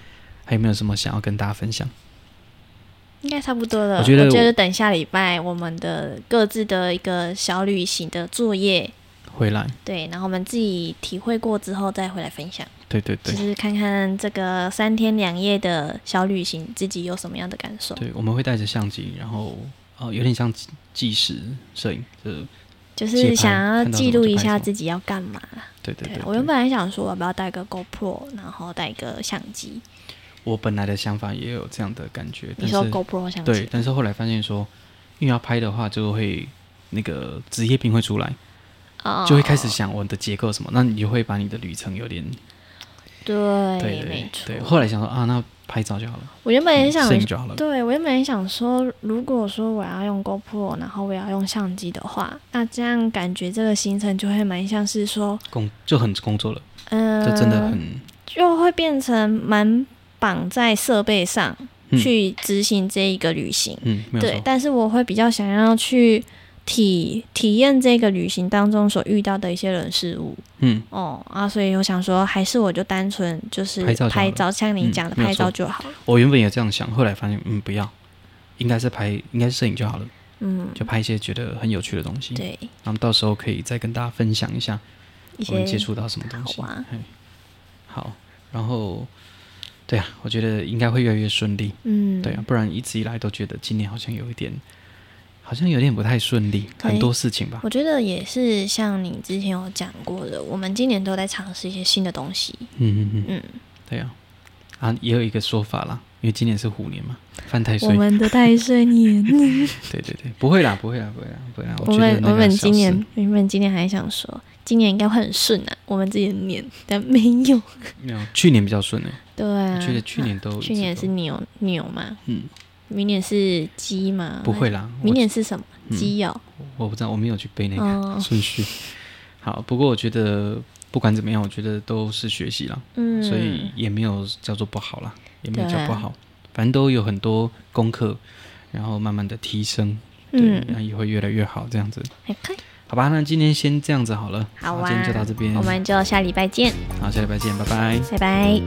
[SPEAKER 2] 还有没有什么想要跟大家分享？
[SPEAKER 1] 应该差不多了。
[SPEAKER 2] 我觉得
[SPEAKER 1] 我觉
[SPEAKER 2] 我
[SPEAKER 1] 得等下礼拜我们的各自的一个小旅行的作业，
[SPEAKER 2] 回来，
[SPEAKER 1] 对，然后我们自己体会过之后再回来分享，
[SPEAKER 2] 对对对
[SPEAKER 1] 就，是看看这个三天两夜的小旅行自己有什么样的感受，
[SPEAKER 2] 对，我们会带着相机，然后呃，有点像纪纪实摄影，就是
[SPEAKER 1] 就
[SPEAKER 2] 街
[SPEAKER 1] 是
[SPEAKER 2] 拍
[SPEAKER 1] 想要
[SPEAKER 2] 看到
[SPEAKER 1] 记
[SPEAKER 2] 什么
[SPEAKER 1] 录
[SPEAKER 2] 就
[SPEAKER 1] 一
[SPEAKER 2] 拍什
[SPEAKER 1] 下
[SPEAKER 2] 么
[SPEAKER 1] 自己要干嘛啦。
[SPEAKER 2] 对对
[SPEAKER 1] 对啊
[SPEAKER 2] 对对。
[SPEAKER 1] 我原本还想说我要不要带个 GoPro，然后带一个相机。
[SPEAKER 2] 我本来的想法也有这样的感觉，
[SPEAKER 1] 你
[SPEAKER 2] 但
[SPEAKER 1] 说
[SPEAKER 2] 是
[SPEAKER 1] GoPro 相
[SPEAKER 2] 对
[SPEAKER 1] 机，，
[SPEAKER 2] 但是后来发现说，因为要拍的话就会那个职业病会出来，
[SPEAKER 1] 哦
[SPEAKER 2] 就会开始想我的结构什么，那你就会把你的旅程有点
[SPEAKER 1] 对，
[SPEAKER 2] 对
[SPEAKER 1] 没
[SPEAKER 2] 对
[SPEAKER 1] 错
[SPEAKER 2] 对。。后来想说啊，那拍照就好了，
[SPEAKER 1] 我原本也想
[SPEAKER 2] 摄影就好了。
[SPEAKER 1] 对，我原本也想说，如果说我要用 GoPro，然后我也要用相机的话，那这样感觉这个行程就会蛮像是说，
[SPEAKER 2] 工就很工作了，
[SPEAKER 1] 嗯、
[SPEAKER 2] 就真的很
[SPEAKER 1] 就会变成蛮绑在设备上、
[SPEAKER 2] 嗯
[SPEAKER 1] 去执行这一个旅行。
[SPEAKER 2] 嗯，没有
[SPEAKER 1] 对
[SPEAKER 2] 错，，
[SPEAKER 1] 但是我会比较想要去体体验这个旅行当中所遇到的一些人事物。
[SPEAKER 2] 嗯，
[SPEAKER 1] 哦啊，所以我想说，还是我就单纯就是
[SPEAKER 2] 拍照就好了
[SPEAKER 1] 像你
[SPEAKER 2] 嗯
[SPEAKER 1] 讲的
[SPEAKER 2] 没有
[SPEAKER 1] 拍照
[SPEAKER 2] 错
[SPEAKER 1] 就好了。
[SPEAKER 2] 我原本也这样想，后来发现嗯不要，应该是拍应该是摄影就好了，
[SPEAKER 1] 嗯，
[SPEAKER 2] 就拍一些觉得很有趣的东西，
[SPEAKER 1] 对，
[SPEAKER 2] 然后到时候可以再跟大家分享一下
[SPEAKER 1] 一
[SPEAKER 2] 我们接
[SPEAKER 1] 些
[SPEAKER 2] 触到什么东西。
[SPEAKER 1] 好玩
[SPEAKER 2] 嘿好，然后对啊，我觉得应该会越来越顺利。
[SPEAKER 1] 嗯，
[SPEAKER 2] 对啊，不然一直以来都觉得今年好像有一点，好像有点不太顺利，
[SPEAKER 1] 对
[SPEAKER 2] 很多事情吧。
[SPEAKER 1] 我觉得也是像你之前有讲过的，我们今年都在尝试一些新的东西。
[SPEAKER 2] 嗯嗯嗯，
[SPEAKER 1] 嗯，
[SPEAKER 2] 对啊，啊，也有一个说法啦，因为今年是虎年嘛，犯太
[SPEAKER 1] 我
[SPEAKER 2] 岁。
[SPEAKER 1] 们的太岁年，
[SPEAKER 2] 对对对，不会啦，不会啦，不会啦，不会啦。
[SPEAKER 1] 我
[SPEAKER 2] 觉得
[SPEAKER 1] 们
[SPEAKER 2] 那
[SPEAKER 1] 我
[SPEAKER 2] 个
[SPEAKER 1] 们
[SPEAKER 2] 小
[SPEAKER 1] 今
[SPEAKER 2] 事
[SPEAKER 1] 年原本今年还想说，今年应该会很顺啊，我们自己的年，但没有。
[SPEAKER 2] 没有，去年比较顺诶、
[SPEAKER 1] 对啊，
[SPEAKER 2] 我觉得去年都、
[SPEAKER 1] 去年是牛牛嘛，
[SPEAKER 2] 嗯，
[SPEAKER 1] 明年是鸡嘛，
[SPEAKER 2] 不会，啦，
[SPEAKER 1] 明
[SPEAKER 2] 我
[SPEAKER 1] 年是什么？
[SPEAKER 2] 嗯
[SPEAKER 1] 鸡哦，
[SPEAKER 2] 我不知道，我没有去背那个
[SPEAKER 1] 哦
[SPEAKER 2] 顺序。好，不过我觉得不管怎么样，我觉得都是学习啦，
[SPEAKER 1] 嗯，
[SPEAKER 2] 所以也没有叫做不好啦，也没有
[SPEAKER 1] 对
[SPEAKER 2] 叫
[SPEAKER 1] 啊
[SPEAKER 2] 不好，反正都有很多功课，然后慢慢的提升，对，那、
[SPEAKER 1] 嗯，
[SPEAKER 2] 也会越来越好这样子。
[SPEAKER 1] 很快，好
[SPEAKER 2] 好吧，那今天先这样子好了，
[SPEAKER 1] 啊，
[SPEAKER 2] 今天就到这边，
[SPEAKER 1] 我们就下礼拜见，
[SPEAKER 2] 好，下礼拜见，拜拜。
[SPEAKER 1] 拜拜。